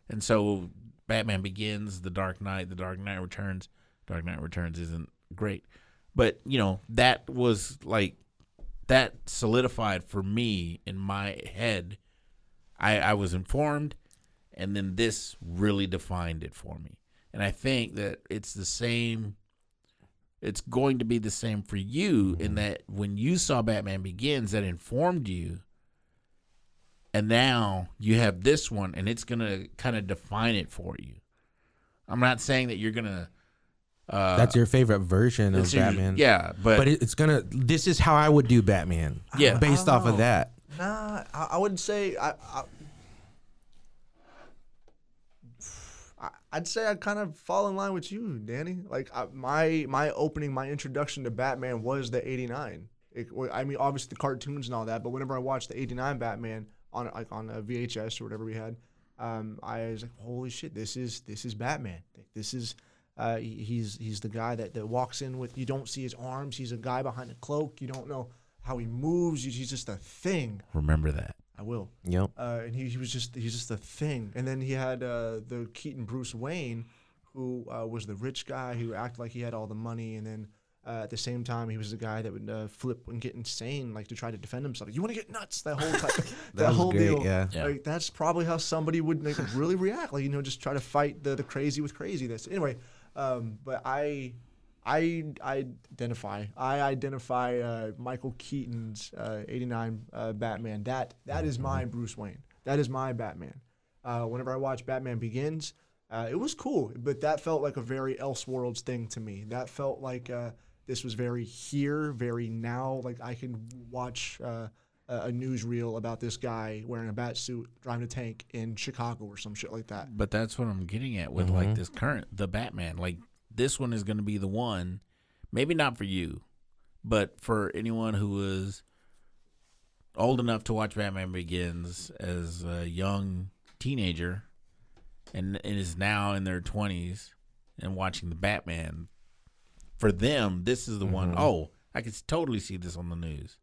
B: And so Batman Begins, The Dark Knight, The Dark Knight Returns. Dark Knight Returns isn't great, but you know, that was like that solidified for me in my head. I, I was informed and then this really defined it for me. And I think that it's the same. It's going to be the same for you in that when you saw Batman Begins, that informed you, and now you have this one, and it's gonna kind of define it for you. I'm not saying that you're gonna. Uh,
C: That's your favorite version of
B: that's your-
C: Batman.
B: Yeah, but,
C: but it, it's gonna. This is how I would do Batman.
B: Yeah.
C: based off of that.
A: Nah, I, I wouldn't say. I, I, I- I'd say I kind of fall in line with you, Danny. Like I, my my opening, my introduction to Batman was the '89. It, wa- I mean, obviously the cartoons and all that, but whenever I watched the '89 Batman on like on a VHS or whatever we had, um, I was like, "Holy shit! This is this is Batman. This is." Uh, he- he's he's the guy that, that walks in with you don't see his arms. He's a guy behind a cloak. You don't know how he moves. He's he's just a thing.
B: remember that.
A: I will.
C: Yep.
A: Uh, and he, he was just he's just a thing. And then he had uh, the Keaton Bruce Wayne, who uh, was the rich guy who acted like he had all the money, and then uh, at the same time he was the guy that would uh, flip and get insane, like to try to defend himself. You want to get nuts? That whole
C: [LAUGHS]
A: type, that,
C: was
A: whole
C: great,
A: deal.
C: yeah.
B: Yeah.
A: Like that's probably how somebody would like, really react. Like you know, just try to fight the, the crazy with craziness. Anyway, um, but I. I I identify. I identify uh, Michael Keaton's uh, '89 uh, Batman. That that is my Bruce Wayne. That is my Batman. Uh, whenever I watched Batman Begins, uh, it was cool, but that felt like a very Elseworlds thing to me. That felt like uh, this was very here, very now. Like I can watch uh, a, a newsreel about this guy wearing a bat suit driving a tank in Chicago or some shit like that.
B: But that's what I'm getting at with like this current the Batman. Like this one is going to be the one, maybe not for you, but for anyone who was old enough to watch Batman Begins as a young teenager, and, and is now in their 20s and watching the Batman. For them, this is the one. Oh, I could totally see this on the news.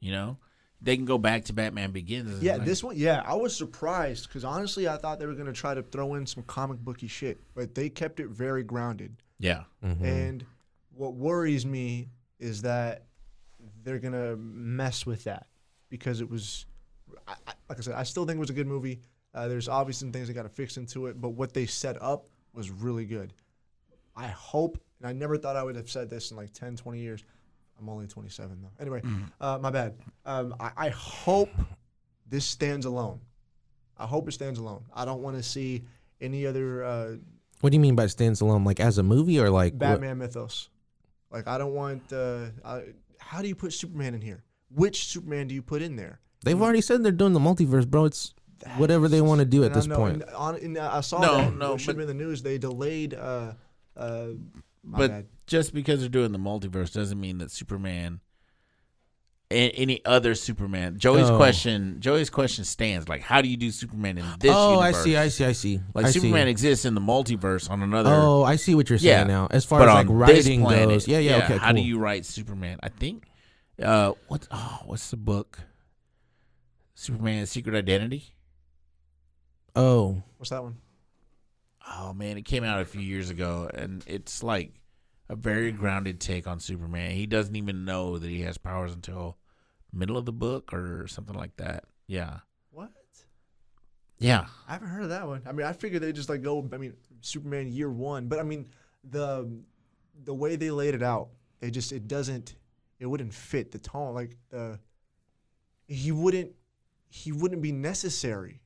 B: You know, they can go back to Batman Begins. and
A: Yeah,
B: like-
A: this one. Yeah, I was surprised because honestly, I thought they were gonna try to throw in some comic booky shit, but they kept it very grounded.
B: Yeah,
A: And what worries me is that they're gonna mess with that because it was, I, I, like I said, I still think it was a good movie. Uh, there's obviously some things they got to fix into it, but what they set up was really good. I hope, and I never thought I would have said this in like 10, 20 years. I'm only 27 though. Anyway, uh, my bad. Um, I, I hope this stands alone. I hope it stands alone. I don't want to see any other uh,
C: What do you mean by stands alone? Like as a movie or like what-
A: Batman mythos. Like I don't want. Uh, I, how do you put Superman in here? Which Superman do you put in there?
C: They've already said they're doing the multiverse, bro. It's whatever they want to do at
A: And I
C: this
A: know-
C: point.
A: and on, and I saw
B: No,
A: that.
B: no,
A: it should
B: but-
A: be in the news. They delayed. Uh, uh, my
B: but
A: bad.
B: just because they're doing the multiverse doesn't mean that Superman, a- any other Superman. Joey's
C: Oh.
B: question, Joey's question stands. Like, how do you do Superman in this?
C: oh, I
B: universe?
C: see, I see, I see.
B: Like,
C: I see.
B: Superman exists in the multiverse on another.
C: Oh, I see what you're saying
B: yeah.
C: now. As far
B: but
C: as like
B: on this
C: writing
B: planet,
C: goes, yeah, yeah, okay, cool.
B: How do you write Superman? I think. Uh, what? Oh, what's the book? Superman: Secret Identity.
C: Oh,
A: What's that one?
B: Oh man, it came out a few years ago, and it's like a very grounded take on Superman. He doesn't even know that he has powers until middle of the book or something like that. Yeah,
A: What?
B: yeah.
A: I haven't heard of that one. I mean, I figured they just like go. I mean, Superman Year One. But I mean, the the way they laid it out, they just it doesn't. It wouldn't fit the tone. Like the he wouldn't he wouldn't be necessary.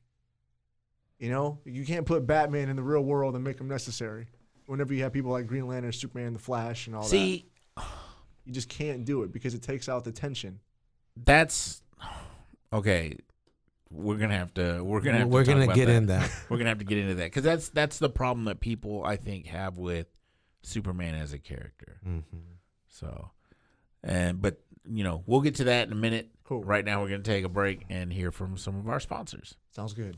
A: You know, you can't put Batman in the real world and make him necessary. Whenever you have people like Green Lantern, Superman, the Flash, and all that,
B: See,
A: you just can't do it because it takes out the tension.
B: that's [SIGHS] okay. We're gonna have to. We're gonna. Have to
C: we're
B: talk
C: gonna
B: about
C: get
B: that.
C: in that. [LAUGHS]
B: We're gonna have to get into that because that's that's the problem that people I think have with Superman as a character.
C: Mm-hmm.
B: So, and but you know we'll get to that in a minute.
A: Cool.
B: Right now we're gonna take a break and hear from some of our sponsors.
A: Sounds good.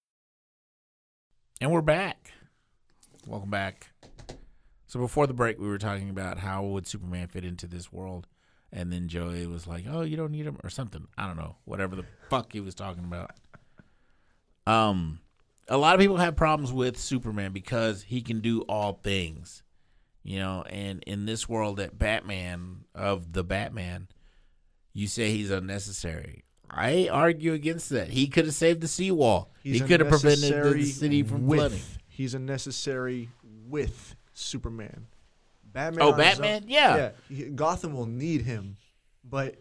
B: And we're back. Welcome back. So before the break, we were talking about how would Superman fit into this world, and then Joey was like, "Oh, you don't need him" or something. I don't know, whatever the fuck he was talking about. Um, a lot of people have problems with Superman because he can do all things, you know. And in this world, that Batman of the Batman, you say he's unnecessary. I argue against that. He could have saved the seawall. He
A: He's
B: could have prevented the
A: unnecessary
B: city from
A: with,
B: flooding.
A: He's unnecessary with Superman. Batman.
B: Oh,
A: on his own-
B: Batman? Yeah.
A: he- Gotham will need him, but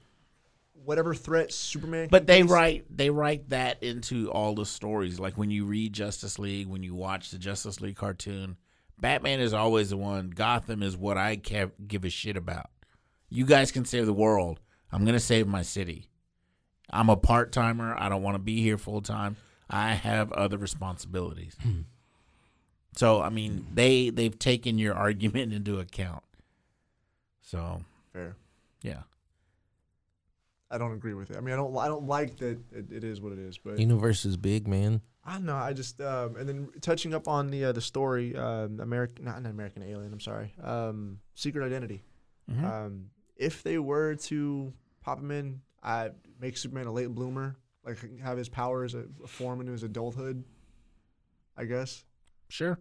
A: whatever threat Superman.
B: But
A: can
B: they
A: face-
B: write they write that into all the stories. Like when you read Justice League, when you watch the Justice League cartoon, Batman is always the one. Gotham is what I can give a shit about. You guys can save the world. I'm gonna save my city. I'm a part timer. I don't want to be here full time. I have other responsibilities. so I mean, they they've taken your [LAUGHS] argument into account. So
A: Fair.
B: yeah,
A: I don't agree with it. I mean, I don't. I don't like that. It, it is what it is. But
C: Universe is big, man.
A: I don't know. I just um, and then touching up on the uh, the story, um, American not an American Alien. I'm sorry. Um, Secret Identity.
B: Mm-hmm.
A: Um, if they were to pop him in, I make Superman a late bloomer, like have his powers uh, form into his adulthood. I guess.
B: sure.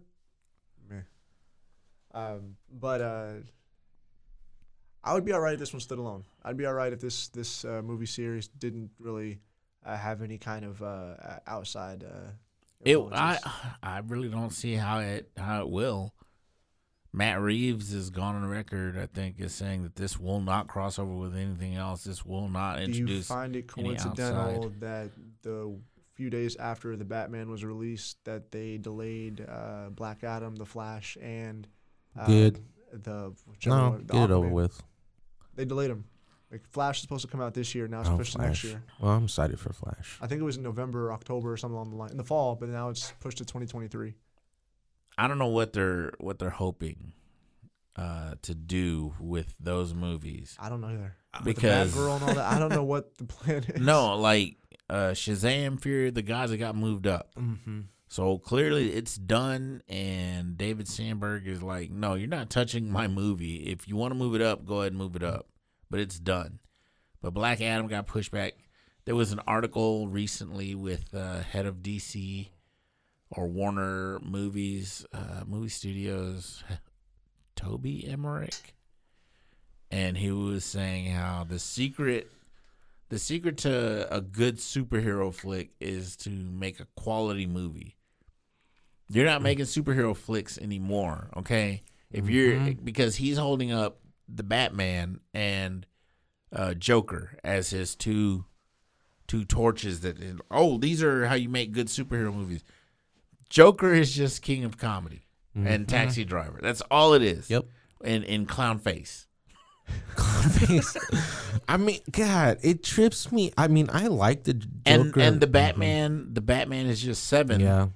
A: Um, but uh, I would be all right if this one stood alone. I'd be all right if this this uh, movie series didn't really uh, have any kind of uh, uh, outside. Uh,
B: It, I,
A: influences.
B: I [SIGHS] really don't see how it how it will. Matt Reeves has gone on record, I think, is saying that this will not cross over with anything else. This will not
A: Do you
B: introduce.
A: find it
B: any
A: coincidental
B: outside.
A: that the few days after the Batman was released, that they delayed uh, Black Adam, The Flash, and uh,
C: Good.
A: the
C: No,
A: the
C: get it over
A: Aquaman.
C: with.
A: They delayed them. Like Flash is supposed to come out this year. Now it's
C: Oh,
A: pushed to next
C: Flash.
A: year.
C: Well, I'm excited for Flash.
A: I think it was in November or October or something along the line in the fall, but now it's pushed to 2023.
B: I don't know what they're what they're hoping uh, to do with those movies.
A: I don't know either. With the
B: Because-
A: Batgirl and all that, I don't know what the plan [LAUGHS] is.
B: No, like uh, Shazam, Fury, the guys that got moved up.
C: Mm-hmm.
B: So clearly it's done, and David Sandberg is like, no, you're not touching my movie. If you want to move it up, go ahead and move it up. But it's done. But Black Adam got pushed back. There was an article recently with uh, head of DC or Warner Movies, uh, movie studios, Toby Emmerich, and he was saying how the secret, the secret to a good superhero flick is to make a quality movie. You're
C: Mm.
B: not making superhero flicks anymore, okay? If
C: Mm-hmm.
B: you're because he's holding up the Batman and uh, Joker as his two two torches that oh these are how you make good superhero movies. Joker is just king of comedy and Taxi Driver. That's all it is.
C: Mm-hmm. Yep. [LAUGHS]
B: And in clown face.
C: I mean, God, it trips me. I mean, I like the Joker
B: And and the
C: Mhm.
B: Batman, the Batman is just seven
C: Yeah.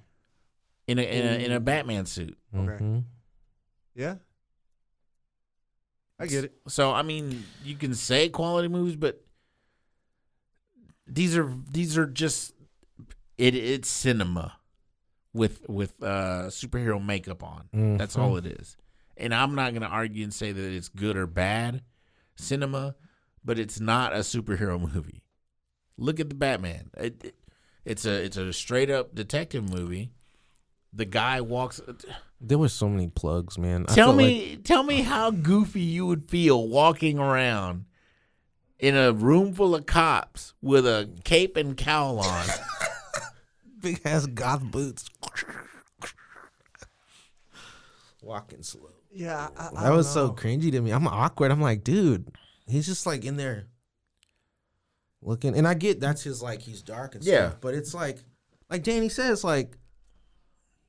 B: in a in a in a Batman suit.
A: Okay.
C: Mhm.
A: Yeah. I get it.
B: So I mean, you can say quality movies, but these are these are just it it's cinema with with uh superhero makeup on.
A: Mm-hmm.
B: That's all it is. And I'm not going to argue and say that it's good or bad cinema, but it's not a superhero [LAUGHS] movie. Look at the Batman. It, it- it's a it's a straight up detective movie. The guy walks
C: There were so many plugs, man. I
B: tell
C: felt like-
B: me tell me how goofy you would feel walking around in a room full of cops with a cape and cowl
C: [LAUGHS]
B: on
C: big ass goth boots. Walking slow.
A: Yeah. I, I
C: That was so cringy to me. I'm awkward. I'm like, dude, he's just like in there looking. And I get that's his like he's dark and
B: Yeah.
C: stuff. But it's like like Danny says, like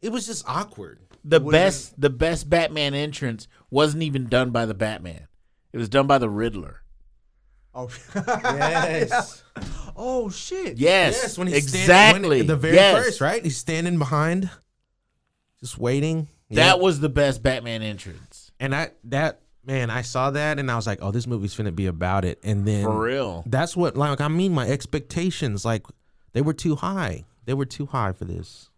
C: it was just awkward.
B: the
A: Wouldn't-
B: best the best Batman entrance wasn't even done by the Batman. It was done by the Riddler.
A: Oh,
C: [LAUGHS] Yes.
A: oh shit.
B: Yes,
C: yes, when he's
B: exactly
C: standing when, the very
B: Yes.
C: first, right? He's standing behind, just waiting.
B: That
C: Yep.
B: was the best Batman entrance
C: and I that man, I saw that and I was like, oh, this movie's finna be about it. And then
B: for real.
C: That's what like I mean my expectations like they were too high. They were too high for this.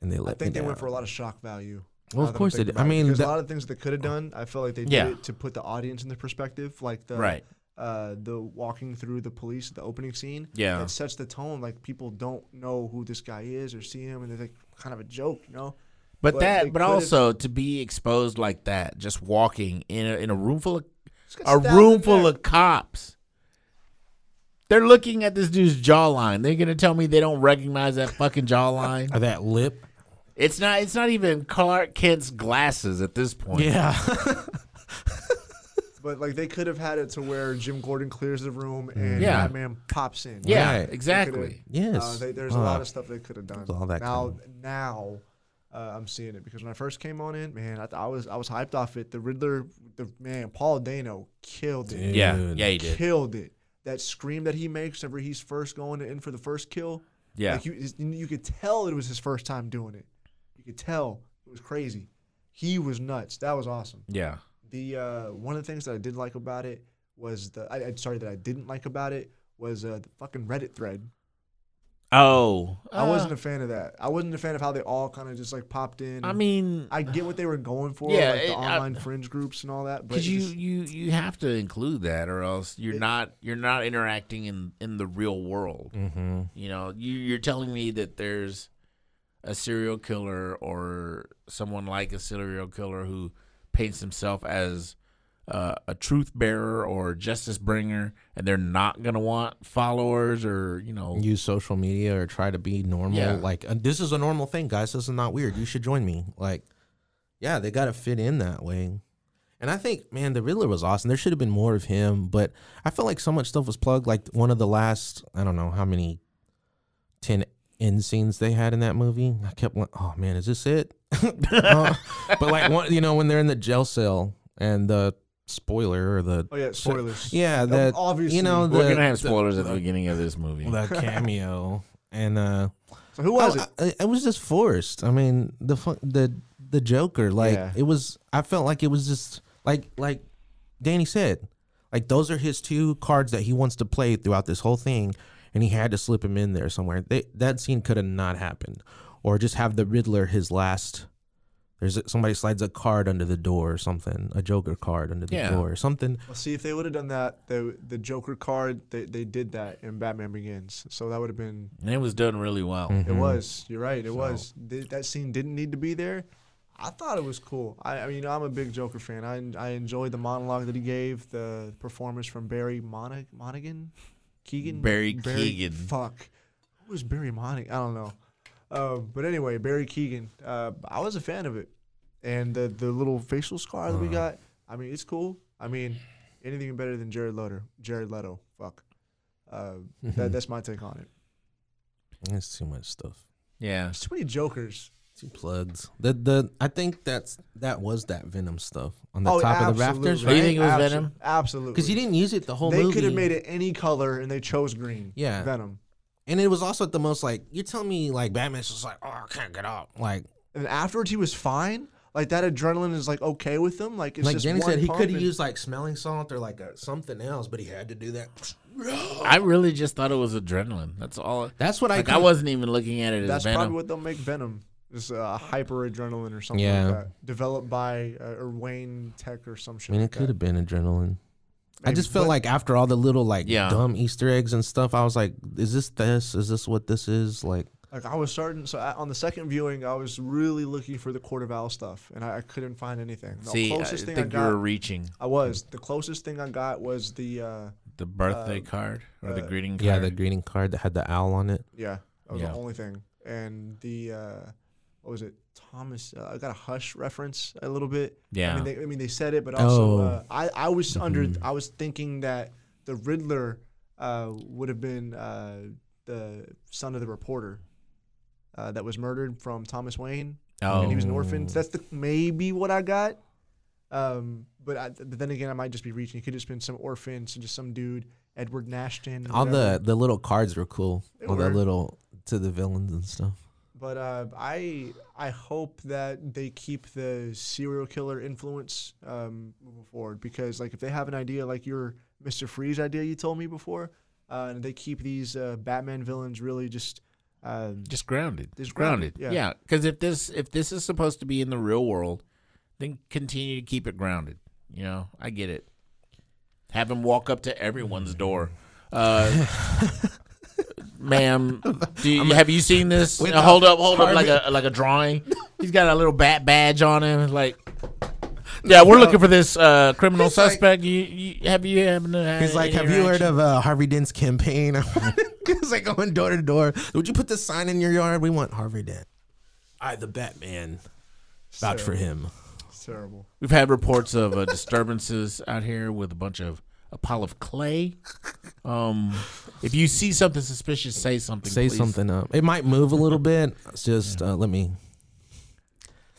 C: And they
A: I
C: let
A: think they
C: me
A: went
C: down.
A: for a lot of shock value.
C: Well,
A: now
C: of
A: that I'm
C: course they
A: thinking
C: did. I
A: about it,
C: mean,
A: because
C: that-
A: a lot of things they could have done, I feel like they did
B: Yeah.
A: it to put the audience in the perspective, like the
B: Right.
A: uh, the walking through the police, the opening scene.
B: Yeah.
A: it sets the tone. Like people don't know who this guy is or see him, and they're like kind of a joke, you know.
B: But,
A: But they
B: that but
A: could've-
B: also to be exposed like that, just walking in a, in a room full of
A: Just got
B: a
A: stabbed in
B: room
A: the
B: full
A: neck.
B: of cops. They're looking at this dude's jawline. They're gonna tell me they don't recognize that fucking jawline.
C: Or that lip.
B: It's not. It's not even Clark Kent's glasses at this point.
C: Yeah.
A: But like they could have had it to where Jim Gordon clears the room and
B: Yeah.
A: Batman pops in.
B: Yeah.
C: Right.
B: Exactly.
A: Uh,
C: yes.
A: they, there's a lot
C: Uh,
A: of stuff they could have done.
C: There's all that
A: now,
C: kinda-
A: now, uh, I'm seeing it because when I first came on in, man, I, th- I was I was hyped off it. The Riddler, the man, Paul Dano killed it.
B: Yeah.
C: Dude.
B: Yeah. He did.
A: Killed it. That scream that he makes whenever he's first going in for the first kill.
B: Yeah.
A: Like you, it's- you could tell it was his first time doing it. You could tell it was crazy. He was nuts. That was awesome.
B: Yeah.
A: The uh, one of the things that I did like about it was the I, I sorry that I didn't like about it was uh, the fucking Reddit thread.
B: Oh.
A: I wasn't
B: uh,
A: a fan of that. I wasn't a fan of how they all kind of just like popped in.
B: I
A: and-
B: mean,
A: I get what they were going for,
B: Yeah,
A: like the
B: it- I-
A: online fringe groups and all that. But
B: because you
A: it's-
B: you you have to include that, or else you're
A: It-
B: not you're not interacting in in the real world.
C: Mhm.
B: You know, you, you're telling me that there's a serial killer or someone like a serial killer who paints himself as uh, a truth bearer or justice bringer, and they're not gonna want followers or you know
C: use social media or try to be normal.
B: Yeah.
C: Like uh, this is a normal thing, guys. This is not weird. You should join me. Like, yeah, they got to fit in that way. And I think, man, the Riddler was awesome. There should have been more of him, but I felt like so much stuff was plugged. Like one of the last, I don't know how many, ten end scenes they had in that movie. I kept, like, oh man, is this it? [LAUGHS] Uh, but like, one, you know, when they're in the jail cell and the spoiler or the
A: Oh yeah, spoilers.
C: yeah,
A: Um,
C: that
A: obviously.
C: you know,
B: we're
C: the-
B: gonna have spoilers at the beginning of this movie.
C: [LAUGHS] the cameo and uh
A: So who was
C: I-
A: it?
C: I, I was just forced. I mean, the fu- the the Joker, like
A: Yeah.
C: it was. I felt like it was just like like Danny said, like those are his two cards that he wants to play throughout this whole thing, and he had to slip him in there somewhere. They, that scene could have not happened, or just have the Riddler his last. There's a, somebody slides a card under the door or something, a Joker card under the
B: Yeah.
C: door or something.
A: Well, see if they would have done that, the the Joker card, they, they did that in Batman Begins, so that would have been.
B: and it was done really well.
A: It was. You're right. It was. Th- that scene didn't need to be there. I thought it was cool. I, I mean, I'm a big Joker fan. I en- I enjoyed the monologue that he gave, the performance from Barry Monig- Monaghan, Keegan.
B: Barry Keoghan.
A: Fuck. Who was Barry Monaghan? I don't know. Uh, but anyway, Barry Keegan. Uh, I was a fan of it, and the the little facial scar that we got. I mean, it's cool. I mean, anything better than Jared Leto. Jared Leto. Fuck. Uh, that, that's my take on it.
C: It's too much stuff.
B: Yeah,
A: There's too many Jokers.
C: Two plugs. The the I think that's that was that Venom stuff on the
A: Oh,
C: top
A: absolutely.
C: of the Raptors,
B: Do you
C: right?
B: think it was
A: Absol-
B: Venom?
A: Absolutely.
C: Because you didn't use it the whole
A: They
C: movie.
A: could have made it any color, and they chose green.
C: Yeah.
A: Venom.
C: and it was also at the most like you're telling me like Batman's just like oh I can't get out like
A: And afterwards, he was fine. Like that adrenaline is like okay with him. Like it's
C: like
A: just
C: Jenny
A: one
C: said he
A: pump
C: could have
A: and-
C: used like smelling salt or like a, something else, but he had to
A: [GASPS]
C: do that.
B: I really just thought it was adrenaline. That's all.
C: That's what I
B: Like I
C: con-
B: wasn't even looking at it as
A: That's
B: Venom.
A: probably what they'll make Venom. Just uh, hyper adrenaline or something
C: Yeah.
A: like that. Developed by uh, or Wayne Tech or some shit.
C: I mean, it
A: like that.
C: could have been adrenaline. I
A: Maybe,
C: just felt
A: but-
C: like after all the little like
B: Yeah.
C: dumb Easter eggs and stuff, I was like, is this this? Is this what this is? Like,
A: Like I was starting. So I, on the second viewing, I was really looking for the Court of Owl stuff, and I, I couldn't find anything. The
B: See, I
A: closest thing I
B: think you
A: got,
B: were reaching
A: I was the closest thing I got was the uh,
B: the birthday card or the greeting card.
C: yeah, the greeting card that had the owl on it.
A: Yeah, that was
B: Yeah.
A: the only thing. And the uh, what was it? Thomas. Uh, I got a hush reference a little bit. I
B: Yeah.
A: mean, they, I mean, they said it, but also
C: Oh.
A: uh, I I was under I was thinking that the Riddler uh, would have been uh, the son of the reporter. Uh, that was murdered from Thomas Wayne,
B: oh,
A: and he was an orphan. So that's the, maybe what I got. Um, but, I, but then again, I might just be reaching. It could have just been some orphan, so just some dude, Edward Nashton.
C: All
A: whatever.
C: the the little cards were cool.
A: They
C: All the
A: were.
C: little to the villains and stuff.
A: But uh, I I hope that they keep the serial killer influence um, moving forward because like if they have an idea like your Mister Freeze idea you told me before, uh, and they keep these uh, Batman villains really just um,
B: just grounded.
A: Just
B: grounded.
A: grounded, yeah.
B: Yeah, because if this if this is supposed to be in the real world, then continue to keep it grounded. You know, I get it. Have him walk up to
C: Mm.
B: everyone's door.
C: [LAUGHS]
B: Uh, Ma'am, do you, have you seen this?
C: With
B: Uh, hold up, hold up, like
C: Harvey-
B: a like a
C: [LAUGHS]
B: drawing. He's got a little bat badge on him. Like, yeah, we're looking for this uh, criminal
C: He's like-
B: suspect. you, you have you haven't? had
C: He's like,
B: any
C: have you heard
B: interaction?"
C: of uh, Harvey Dent's campaign? [LAUGHS] He's like going door to door. Would you put this sign in your yard? We want Harvey Dent. I, the Batman, vouch for him.
A: it's terrible.
B: We've had reports of uh, disturbances out here with a bunch of a pile of clay. Um, if you see something suspicious, say something.
C: Say
B: please.
C: something up. It might move a little bit. It's just uh, let me.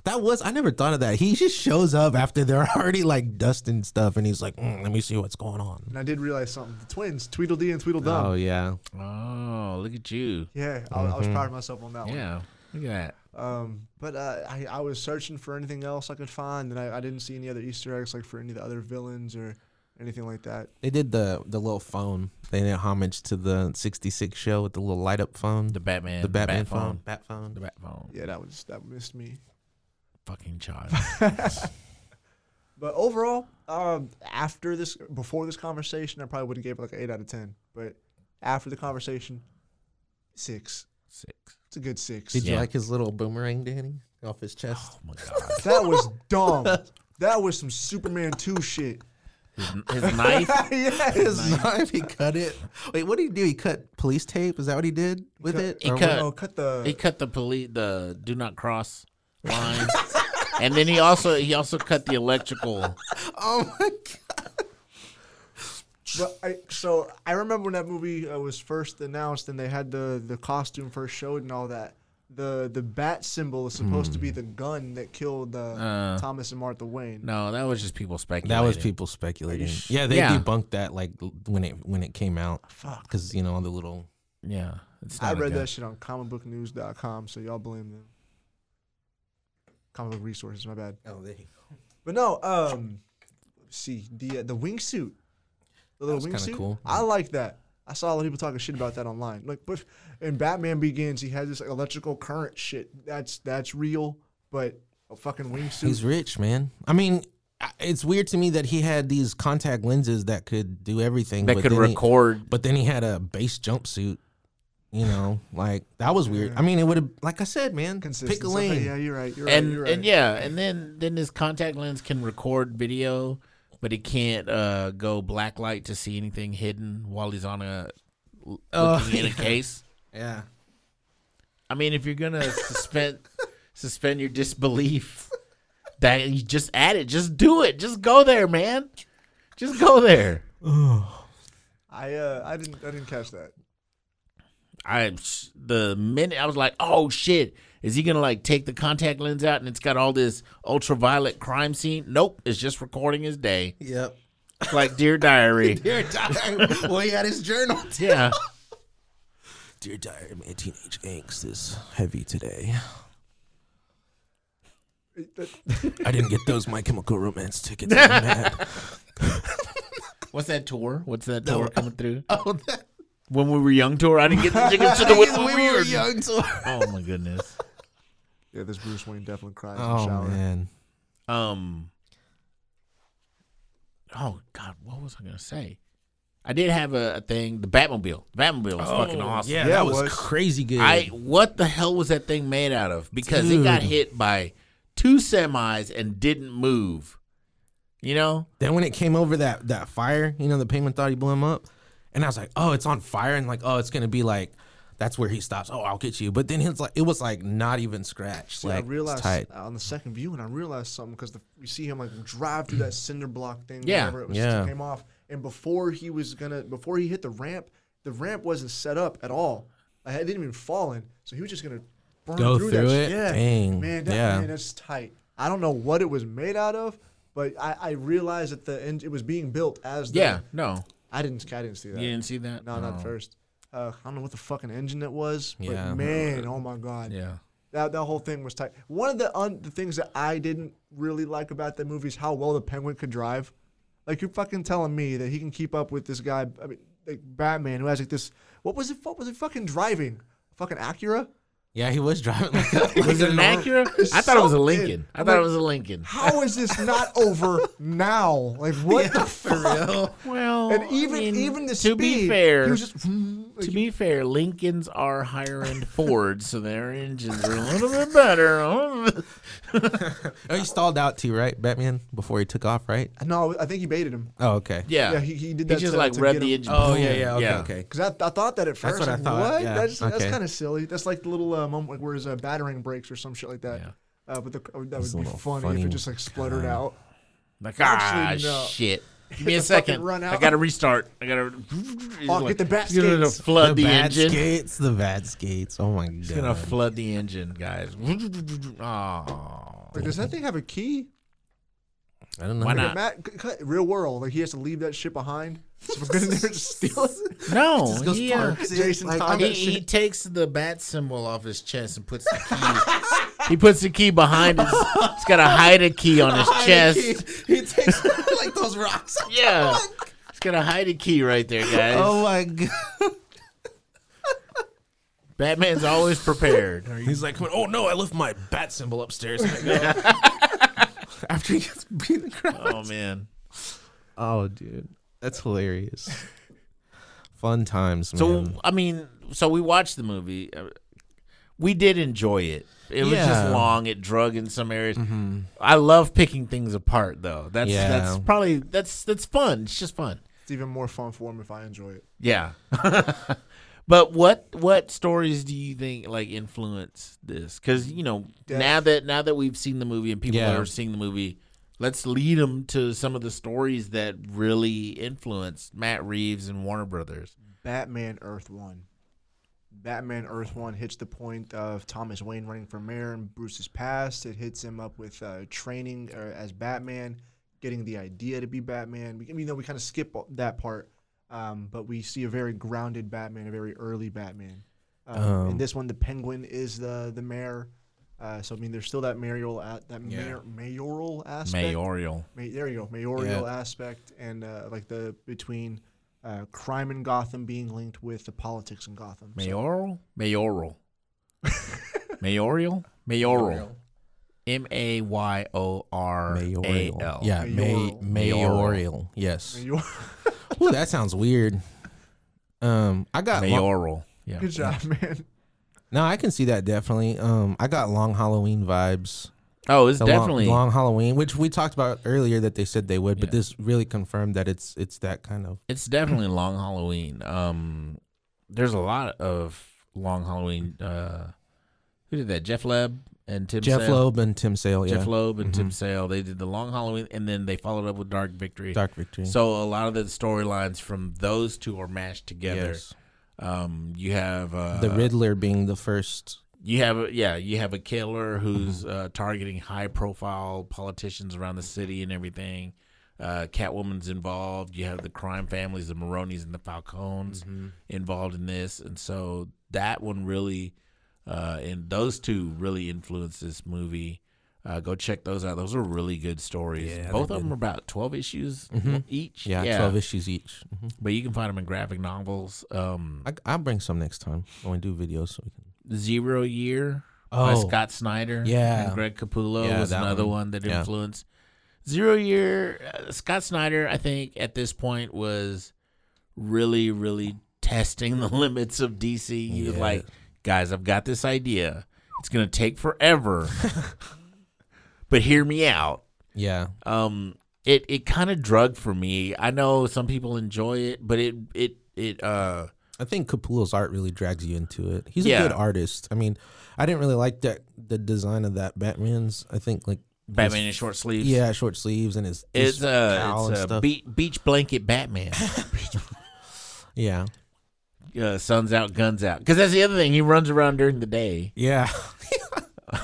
C: That was I never thought of that. He just shows up after they're [LAUGHS] already like dusting stuff, and he's like, "Mm, "Let me see what's going on."
A: And I did realize something. The twins, Tweedledee and Tweedledum.
C: Oh yeah,
B: Oh, look at you!
A: Yeah, I, I was proud of myself on that one.
B: Yeah, look at that.
A: Um, but uh, I, I was searching for anything else I could find, and I, I didn't see any other Easter eggs like for any of the other villains or anything like that.
C: they did the the little phone. They did homage to the '66 show with the little light up phone,
B: The Batman,
C: the Batman
B: Bat
C: phone, Bat phone.
B: the Bat phone.
A: Yeah, that was that missed me.
B: Fucking child. [LAUGHS]
A: But overall, um, after this, before this conversation, I probably would have gave it like an eight out of ten. But after the conversation, six.
B: Six. Oh
A: It's a good six.
C: Did you
B: Yeah.
C: like his little boomerang, Danny, [GASPS] off his chest? [LAUGHS]
B: Oh my god.
A: That was dumb. That was some Superman two shit.
B: His, his knife.
A: [LAUGHS]
C: yeah, his knife. He cut it. Wait, what did he do? He cut police tape. Is that what he did with it?
B: He
C: Or
B: cut.
A: Oh, cut the.
B: He cut the police the do not cross line, and then he also he also cut the electrical.
C: what- Oh my god!
A: But I, so I remember when that movie uh, was first announced and they had the the costume first showed and all that. The the bat symbol is supposed to be the gun that killed uh, Thomas and Martha Wayne.
B: No, that was just people speculating.
C: That was people speculating. Yeah, they
B: Yeah.
C: debunked that like l- when it when it came out. Oh, Fuck. Because you know the little.
B: Yeah, it's
A: I
B: not a
A: read
B: gun.
A: that shit on comicbooknews.com, so y'all blame them. Comic book resources, my bad.
C: Oh, there you go.
A: But no, um, let's see the uh, the wingsuit, the little
C: was kinda
A: wingsuit.
C: cool.
A: I like that. I saw a lot of people talking shit about that online. Like, but in Batman Begins, he has this like, electrical current shit. That's that's real, but a fucking wingsuit.
C: He's rich, man. I mean, I- it's weird to me that he had these contact lenses that could do everything.
B: that
C: but
B: could
C: then he-
B: record.
C: But then he had a base jumpsuit. You know, like that was weird. I mean, it would have, like I said, man,
A: Consistent.
C: pick a
A: So,
C: lane.
A: yeah, you're right. You're
B: and
A: right. You're right.
B: and yeah, and then then his contact lens can record video, but it can't uh, go black light to see anything hidden while he's
A: [LAUGHS]
B: on a looking
C: Oh,
B: in a case.
C: yeah.
B: I mean, if you're gonna suspend [LAUGHS] suspend your disbelief, that you just add it, just do it, just go there, man, just go there.
A: I uh, I didn't I didn't catch that.
B: I the minute I was like, oh shit, is he gonna like take the contact lens out and it's got all this ultraviolet crime scene? Nope, it's just recording his day,
C: Yep.
B: like Dear Diary.
C: [LAUGHS] Dear diary. well, he had his journal.
B: yeah,
C: Dear diary, man, teenage angst is heavy today. I didn't get those My Chemical
A: [LAUGHS]
C: Romance tickets. I'm mad.
B: what's that tour? What's that
C: No.
B: tour coming through?
C: [LAUGHS] Oh, that,
B: When we were young tour, I didn't
C: [LAUGHS]
B: get the tickets to the when
C: we
B: we
C: were young. So.
B: [LAUGHS] Oh my goodness.
A: Yeah, this Bruce Wayne definitely cries in the
C: Oh
A: shower.
C: man.
B: Um. Oh God, what was I gonna say? I did have a, a thing. The Batmobile. The Batmobile was fucking awesome.
C: Oh, Yeah,
A: Yeah,
C: that
A: it
C: was,
A: was.
C: crazy good.
B: I what the hell was that thing made out of? Because it got
C: Dude.
B: hit by two semis and didn't move. You know?
C: Then when it came over that that fire, you know, the penguin thought he blew him up, and I was like, oh, it's on fire, and like, oh, it's gonna be like, that's where he stops. Oh, I'll get you. But then it's like, it was like not even scratched.
A: See,
C: like
A: I
C: it's
A: realized
C: tight.
A: on the second viewing, I realized something because you see him like drive through that cinder block thing,
B: Yeah.
A: whenever it was
C: Yeah.
A: came off, and before he was gonna, before he hit the ramp, the ramp wasn't set up at all. I had- it didn't even fall in, so he was just gonna burn
C: Go
A: through,
C: through
A: that
C: it?
A: Shit. Yeah,
C: Dang.
A: man, that,
C: Yeah.
A: man, that's tight. I don't know what it was made out of, but I, I realized at the end it was being built as. The,
B: Yeah. No.
A: I didn't. I didn't see that.
B: You didn't see that? Oh.
A: No, not first. Uh, I don't know what the fucking engine it was, but
C: Yeah.
A: man, oh my god.
B: Yeah.
A: That that whole thing was tight. One of the un- the things that I didn't really like about that movie is how well the penguin could drive. Like you're fucking telling me that he can keep up with this guy. I mean, like Batman who has like this. What was it? What was it fucking driving? Fucking Acura.
C: Yeah, he was driving.
B: [LAUGHS]
C: Like a,
B: Was it
A: [LAUGHS]
B: an Acura? I thought it was a
A: Something.
B: Lincoln. I thought it was a Lincoln.
A: How is this not [LAUGHS] over now? Like what the fuck?
B: Well,
A: And even
B: I mean,
A: even the
B: to
A: speed.
B: be fair,
A: he was just.
B: to be fair, Lincolns are higher end Fords, so their engines are a little bit better.
C: oh, he stalled out too, right, Batman? Before he took off, right?
A: no, I think he baited him.
C: Oh, okay.
A: [LAUGHS]
B: yeah,
A: Yeah, he- he did that
B: just
A: to-
B: like
A: to
B: read
A: get
B: the
A: him.
B: engine.
C: Oh yeah,
B: boom.
C: yeah, okay, okay.
A: Cause I, I thought that at first.
C: what I
A: like,
C: thought,
A: What?
C: yeah,
A: That's, that's
C: okay.
A: kind of silly. That's like the little uh, moment where his uh, battering breaks or some shit like that.
B: Yeah.
A: Uh, but the, uh, that
C: It's a
A: would be
C: little
A: funny, if
C: funny
A: it just like spluttered
C: kind.
A: out.
B: Like ah
A: Actually, no. [LAUGHS]
B: shit. Give me
A: Fucking
B: a second.
A: run
B: I
A: out.
B: gotta restart. I gotta.
A: Oh, get
B: [LAUGHS]
A: the bat
B: It's gonna
A: skates.
B: flood the,
C: bad
B: engine.
C: skates, the bad skates. Oh my god.
B: It's gonna flood the engine, guys. [LAUGHS] Oh,
A: Like, does that thing have a key?
C: I don't know.
B: Why
A: Like,
B: not?
A: Matt, c- c- real world. Like he has to leave that shit behind. [LAUGHS] So we're
C: [LAUGHS]
A: gonna there just steal it.
B: No,
C: Just goes
B: he, uh,
C: parks it,
A: Jason
C: like,
A: Todd-
B: he, he takes the bat symbol off his chest and puts the key. he puts the key behind his. He's got a hide a key on his [LAUGHS] chest.
C: He, he takes [LAUGHS] like those rocks.
B: Yeah, he's got a hide a key right there, guys.
C: Oh my god. [LAUGHS]
B: Batman's always prepared. Are you-
C: He's like, oh no, I left my bat symbol upstairs. After he gets beat the crap.
B: [LAUGHS] Oh man.
C: Oh, dude, that's [LAUGHS] hilarious. Fun times, man.
B: So I mean, so we watched the movie. Uh, we did enjoy it. It was
C: Yeah. Mm-hmm.
B: just long. It drug in some areas. I love picking things apart, though. That's
C: Yeah.
B: that's probably that's that's fun. It's just fun.
A: It's even more fun for him if I enjoy it.
B: Yeah. [LAUGHS] but what what stories do you think like influence this? Because you know
A: Death.
B: now that now that we've seen the movie and people
C: Yeah.
B: are seeing the movie, let's lead them to some of the stories that really influenced Matt Reeves and Warner Brothers.
A: Batman Earth One. Batman Earth One hits the point of Thomas Wayne running for mayor and Bruce's past. It hits him up with uh, training uh, as Batman, getting the idea to be Batman. We, you know, we kind of skip all- that part, um, but we see a very grounded Batman, a very early Batman. Um, in this one, the Penguin is the the mayor. Uh, so I mean, there's still that mayoral a- that mayor, mayoral aspect.
B: Mayoral.
A: Ma- there you go, mayoral aspect, and uh, like the between uh, crime in Gotham being linked with the politics in Gotham. So-
B: Mayoral?
C: [LAUGHS]
B: Mayoral. Mayoral? Mayoral. M A Y O R A
C: Mayoral.
B: L.
C: Yeah, may,
A: Mayoral.
C: mayoral. Yes.
A: mayor-
C: Ooh, that sounds weird. Um, I got long-
B: Mayoral. Yeah.
A: Good job, man.
C: no. I can see that definitely. Um, I got long Halloween vibes.
B: Oh, it's
C: The long-
B: definitely
C: long, Halloween, which we talked about earlier that they said they would, but
B: Yeah.
C: this really confirmed that it's it's that kind of
B: it's definitely long Halloween. Um there's a lot of long Halloween uh who did that? Jeff Leb and Tim
C: Jeff
B: Sale?
C: Loeb and Tim Sale. Yeah, Mm-hmm.
B: Jeff Loeb and Tim Sale. They did the long Halloween and then they followed up with Dark Victory.
C: Dark Victory.
B: So a lot of the storylines from those two are mashed together.
C: Yes.
B: Um, you have uh,
C: the Riddler being the first.
B: you have a, yeah you have a killer who's uh, targeting high profile politicians around the city and everything uh, catwoman's involved you have the crime families the maronis and the falcones
C: Mm-hmm.
B: involved in this and so that one really uh, and those two really influenced this movie uh, go check those out those are really good stories both of them are about 12 issues each
C: Mm-hmm. Yeah, twelve issues each. Mhm.
B: but you can find them in graphic novels um,
C: I, I'll bring some next time when we do videos. So we can.
B: Zero Year by
C: Oh.
B: Scott Snyder.
C: Yeah.
B: And Greg Capullo
C: Yeah,
B: was
C: that
B: another one,
C: one.
B: that
C: Yeah.
B: influenced. Zero Year, uh, Scott Snyder, I think at this point was really, really testing the [LAUGHS] limits of DC. He was
C: Yeah.
B: like, guys, I've got this idea. It's going to take
C: [LAUGHS]
B: forever, but hear me out
C: Yeah,
B: um it it kind of drug for me i know some people enjoy it but it it it uh
C: I think Capullo's art really drags you into it. He's
B: Yeah.
C: a good artist. I mean, I didn't really like that the design of that Batman's. I think like his-
B: batman in short sleeves
C: Yeah, short sleeves and his, his
B: it's a
C: cowl
B: it's
C: and
B: a
C: stuff.
B: be- beach blanket
C: [LAUGHS]
B: batman
C: yeah,
B: uh, suns out guns out because that's the other thing he runs around during the day
C: yeah, [LAUGHS]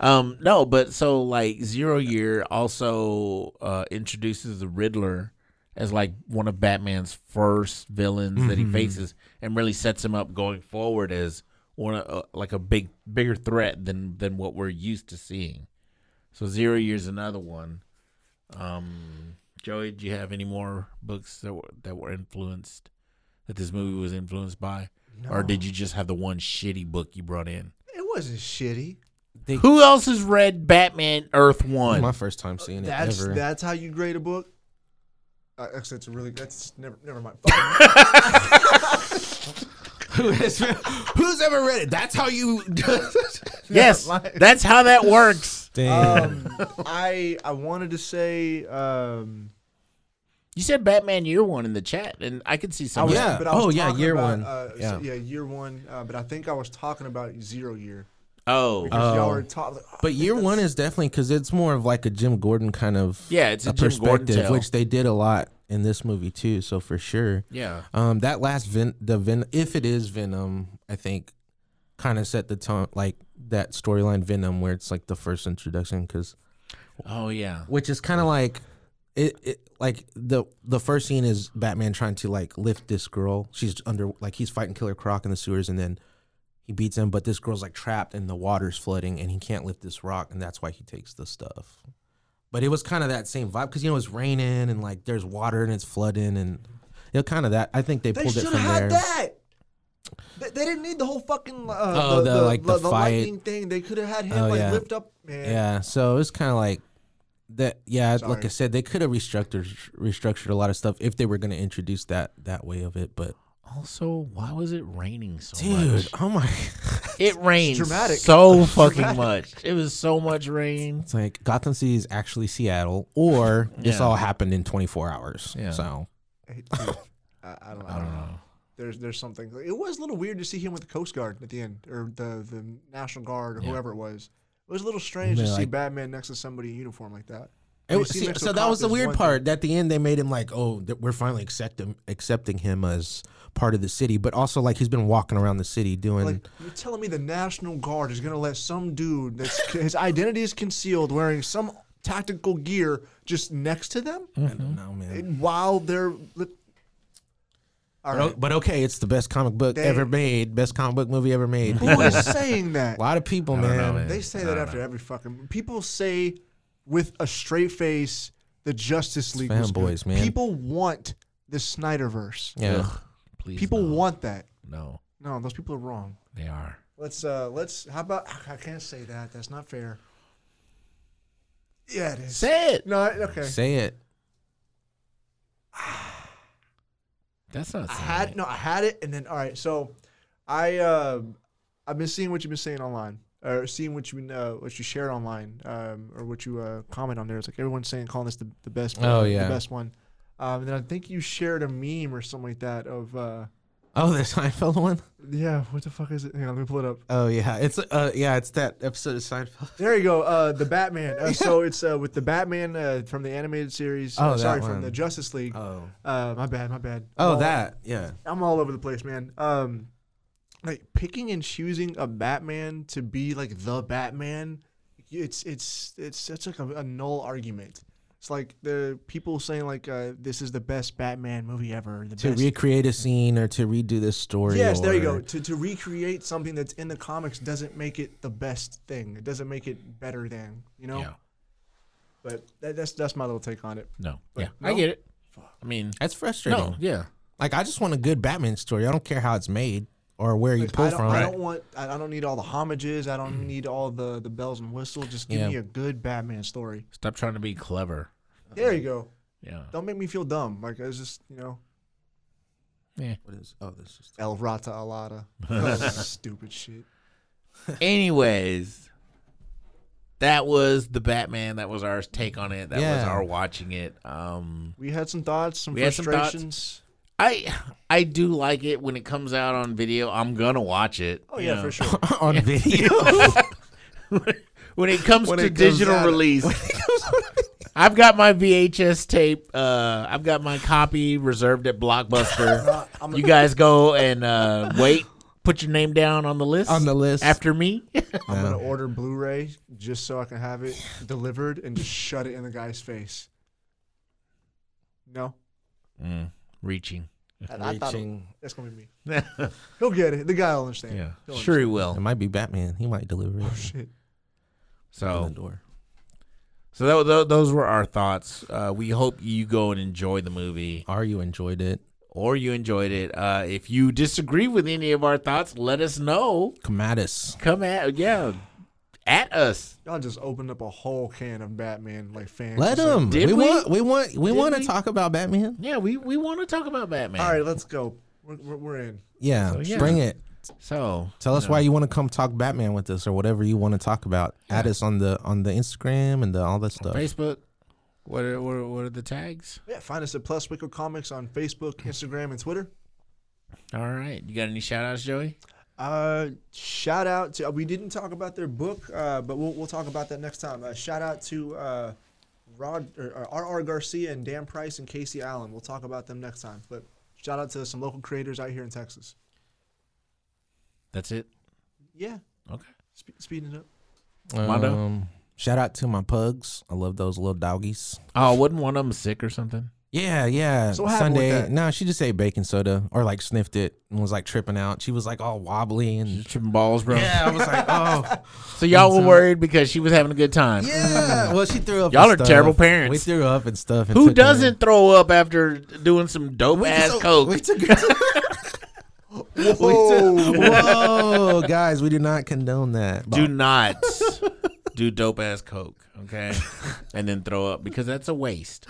B: um no but so like zero year also uh introduces the riddler as like one of batman's first villains that he faces and really sets him up going forward as one of, uh, like a big bigger threat than than what we're used to seeing so zero year's another one um joey do you have any more books that were that were influenced that this movie was influenced by or did you just have the one shitty book you brought in
A: It wasn't shitty.
B: who else has read Batman Earth One?
A: [LAUGHS]
C: my first time seeing it
A: That's
C: ever. [LAUGHS]
A: that's how you grade a book. Uh, actually, it's a really that's never never
C: [LAUGHS]
A: mind.
C: Who has- who's ever read it? That's how you. [LAUGHS]
B: yes,
A: [LAUGHS]
B: that's how that works.
C: Damn.
A: um, I I wanted to say um,
B: You said Batman Year One in the chat, and I could see
A: I
B: some.
A: was,
C: Yeah.
A: but I was
C: Oh, yeah,
A: talking
C: year
A: about,
C: one.
A: Uh, so-
C: Yeah.
A: yeah, year one. Uh, but I think I was talking about zero year.
B: Oh,
A: Because y'all
C: Oh.
A: were talking.
C: but year one is definitely because it's more of like a Jim Gordon kind of
B: Yeah, it's a Jim Gordon tale.
C: which they did a lot in this movie too. So for sure,
B: yeah.
C: um, that last Ven- the Ven- if it is Venom, I think kind of set the tone like that storyline Venom where it's like the first introduction because
B: Oh yeah.
C: which is kind of like it, it like the the first scene is Batman trying to like lift this girl. She's under like he's fighting Killer Croc in the sewers and then he beats him, but this girl's like trapped and the water's flooding and he can't lift this rock and that's why he takes the stuff. But it was kind of that same vibe because you know it's raining and like there's water and it's flooding and you know kind of that. I think they,
A: They
C: pulled it
A: should have
C: from
A: had
C: there.
A: that. They, they didn't need the whole fucking uh,
C: Oh, the, like, the fight.
A: lightning thing. They could have had him
C: Oh,
A: like
C: yeah.
A: lift up. Man.
C: Yeah, so it's kind of like that. Yeah, like I
A: Sorry.
C: said, they could have restructured restructured a lot of stuff if they were going to introduce that that way of it. But
B: Also, why was it raining so
A: [LAUGHS]
C: dude,
B: much?
C: oh my, [LAUGHS]
B: It rained
A: dramatic.
B: so fucking much. It was so much rain.
C: It's like Gotham City is actually Seattle, or this
B: Yeah.
C: all happened in 24 hours.
B: Yeah.
C: So
A: I, hate to- I, I don't know. I don't know. There's there's something. It was a little weird to see him with the Coast Guard at the end, or the the National Guard, or whoever it was. It was a little strange to
C: They're
A: see
C: like-
A: Batman next to somebody in uniform like that.
C: It
A: I mean,
C: was-
A: see him
C: see,
A: next to
C: so
A: a
C: that
A: cop
C: was the
A: is
C: weird
A: one
C: part. At the end, they made him like, oh, that we're finally accepting accepting him as part of the city, but also like he's been walking around the city doing.
A: thing. Like you're telling me the National Guard is gonna let some dude that's his identity is concealed, wearing some tactical gear, just next to them
C: I don't know, Oh, man.
A: while they're. All
C: But,
A: right.
C: o- but okay, it's the best comic book
A: They-
C: ever made, best comic book movie ever made.
A: Who
C: [LAUGHS] A
A: is saying
B: [LAUGHS]
A: that?
C: lot of people, man.
B: know, man.
A: They say that after every fucking. People say with a straight face the Justice League was good.
C: fanboys, man.
A: People want the Snyderverse.
C: Yeah.
B: Ugh, please.
A: People
B: no.
A: want that.
B: No,
A: No, those people are wrong.
B: they are.
A: Let's uh let's how about I can't say that. That's not fair. Yeah, it is.
B: Say it.
A: no, I- okay.
C: Say it.
B: That's not.
A: I
B: Saying
A: had
B: it.
A: no, I had it and then all right. So I uh I've been seeing what you've been saying online or seeing what you been, uh, what you shared online um or what you uh comment on there. It's like everyone's saying calling this the, the best
C: Oh,
A: uh,
C: yeah.
A: the best one. Um and then I think you shared a meme or something like that of uh
C: Oh, the [LAUGHS] Seinfeld one.
A: yeah, what the fuck is it? Hang on, let me pull it up.
C: Oh yeah, it's uh yeah, it's that episode of Seinfeld.
A: There you go. Uh, the Batman. Uh,
C: [LAUGHS]
A: so it's uh, with the Batman uh, from the animated series.
C: Oh,
A: uh,
C: that
A: sorry,
C: one.
A: from the Justice League.
C: Oh.
A: Uh, my bad, my bad.
C: Oh,
A: Well,
C: that yeah.
A: I'm all over the place, man. Um, like picking and choosing a Batman to be like the Batman, it's it's it's such like a, a null argument. It's like the people saying like uh, this is the best Batman movie ever. The
C: To
A: best.
C: recreate a scene or to redo this story.
A: Yes, there you go.
C: or-
A: To, to recreate something that's in the comics doesn't make it the best thing. It doesn't make it better than you know.
B: Yeah.
A: But that, that's that's my little take on it.
B: No.
A: But
B: yeah. I
A: no?
B: get it. I mean,
C: That's frustrating.
B: no. Yeah.
C: Like I just want a good Batman story. I don't care how it's made or where you
A: Like,
C: pull
A: I don't,
C: from. Mm.
A: I don't want. I I don't need all the homages. I don't need all the the bells and whistles. Just give
C: Yeah.
A: me a good Batman story.
B: Stop trying to be clever.
A: There you go.
B: Yeah.
A: Don't make me feel dumb. Like it's just you know
B: yeah.
C: What is? Oh, this is.
A: El Rata Alada. All [LAUGHS] that stupid shit.
B: Anyways, that was the Batman. That was our take on it. That was
C: Yeah.
B: our watching it. Um,
A: We had some thoughts, some
B: We had some thoughts.
A: frustrations.
B: I I do like it when it comes out on video. I'm gonna watch it.
A: Oh
B: you
A: yeah,
B: know.
A: for sure.
C: [LAUGHS] on video.
B: when it comes
A: [LAUGHS] When
B: to
A: it comes
B: digital
A: out. [LAUGHS]
B: release. I've got my VHS tape. Uh, I've got my copy reserved
A: [LAUGHS]
B: at Blockbuster. you guys go and uh, wait. Put your name down on the list.
C: On the list.
B: after me. [LAUGHS]
A: I'm gonna order Blu-ray just so I can have it delivered and just shut it in the guy's face. No,
B: Reaching.
A: And I thought it-
C: Reaching.
A: that's gonna be me.
B: yeah.
A: [LAUGHS] He'll get it. The guy will understand. He'll
B: Sure he will.
C: It might be Batman. He might deliver it.
A: Oh, Shit.
C: on
B: So
C: the door.
B: so tho- tho- those were our thoughts. Uh, we hope you go and enjoy the movie
C: Are you enjoyed it?
B: or you enjoyed it. Uh, if you disagree with any of our thoughts, let us know.
C: Come at us.
B: Come at yeah, at us.
A: Y'all just opened up a whole can of Batman like fans.
C: Let
A: just like-
C: him.
B: Did
C: we,
B: we?
C: want. We want. We
B: Did
C: want to
B: we?
C: talk about Batman.
B: Yeah, we, we want to talk about Batman.
A: All right, let's go. We're, we're, we're in.
C: Yeah.
A: Oh,
B: So, yeah.
C: Bring it.
B: So
C: Tell us why you want to come talk Batman with us or whatever you want to talk about. Add us on the on the Instagram and the, all that stuff.
B: Facebook. What are, what are, what are the tags?
A: Yeah, find us at Plus Wicked Comics on Facebook, Instagram, and Twitter.
B: All right. You got any shout outs, Joey?
A: Uh, shout out to we didn't talk about their book, uh, but we'll, we'll talk about that next time. Uh, shout out to uh, Rod or R. R. Garcia and Dan Price and Casey Allen. We'll talk about them next time. But shout out to some local creators out here in Texas.
B: That's it.
A: Yeah,
B: Okay.
A: spe- speeding it up.
B: Mondo?
C: Um, shout out to my pugs. I love those little doggies.
B: Oh, wasn't one of them sick or something?
C: Yeah, yeah.
A: So what happened with
C: Sunday.
A: that?
C: No, she just ate baking soda or like sniffed it and was like tripping out. She was like all wobbly and
B: Tripping balls, bro.
C: [LAUGHS] yeah. I was like, oh
B: [LAUGHS] So y'all were worried because she was having a good time.
C: yeah. Well, she threw up.
B: Y'all
C: and
B: are
C: stuff.
B: terrible parents.
C: We threw up and stuff. And
B: Who
C: took her- [LAUGHS]
B: doesn't throw up after doing some dope
C: We
B: ass
C: took-
B: coke?
C: We took her.
A: Whoa.
C: Whoa, guys, we do not condone that.
B: do
C: [LAUGHS]
B: not do dope ass coke, okay? and then throw up because that's a waste.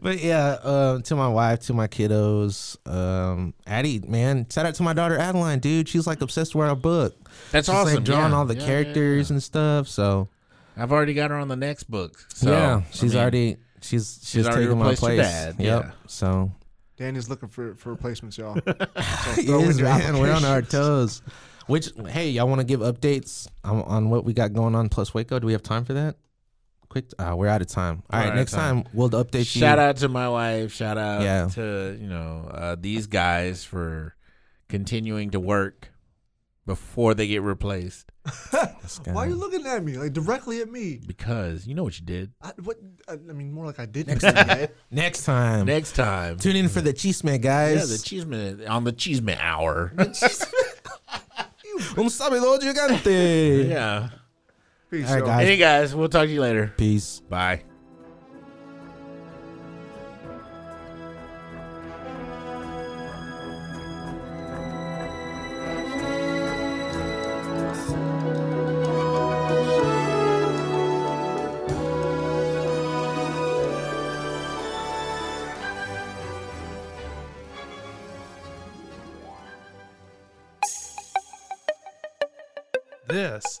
C: but yeah, uh, to my wife, to my kiddos, um, Addie, man, shout out to my daughter Adeline, dude. She's like obsessed with our book.
B: That's
C: She's
B: awesome.
C: like drawing
B: yeah.
C: all the
B: Yeah, yeah,
C: characters and stuff. So
B: yeah. I've already got her on the next book. So,
C: yeah,
B: I
C: she's
B: mean,
C: already she's she's,
B: already
C: taking my
B: replaced your
C: place.
B: dad,
C: Yep.
B: yeah.
C: So
A: Dan is looking for, for replacements, [LAUGHS] y'all. So
C: It
A: throw in
C: is,
A: your
C: man. We're
A: [LAUGHS]
C: on our
A: applications.
C: toes. Which hey, y'all want to give updates on, on what we got going on plus Waco? Do we have time for that? Quick, uh, we're out of time.
B: We're
C: All right,
B: out of
C: next
B: time.
C: time. we'll update you.
B: Shout out to my wife. Shout out
C: Yeah.
B: to you know uh, these guys for continuing to work before they get replaced
C: This guy.
A: Why are you looking at me like directly at me?
B: because you know what you did.
A: I, what I, I mean, more like I did. Next [LAUGHS] time,
C: Next time.
B: Next time,
C: Tune in for the cheese man, guys.
B: yeah, the Cheeseman on the Cheeseman hour. [LAUGHS]
C: Un sabidor Um
B: [LAUGHS]
C: gigante.
B: yeah.
A: Peace,
C: All right,
A: y'all.
C: guys.
B: Hey guys, we'll talk to you later.
C: Peace.
B: Bye.
D: This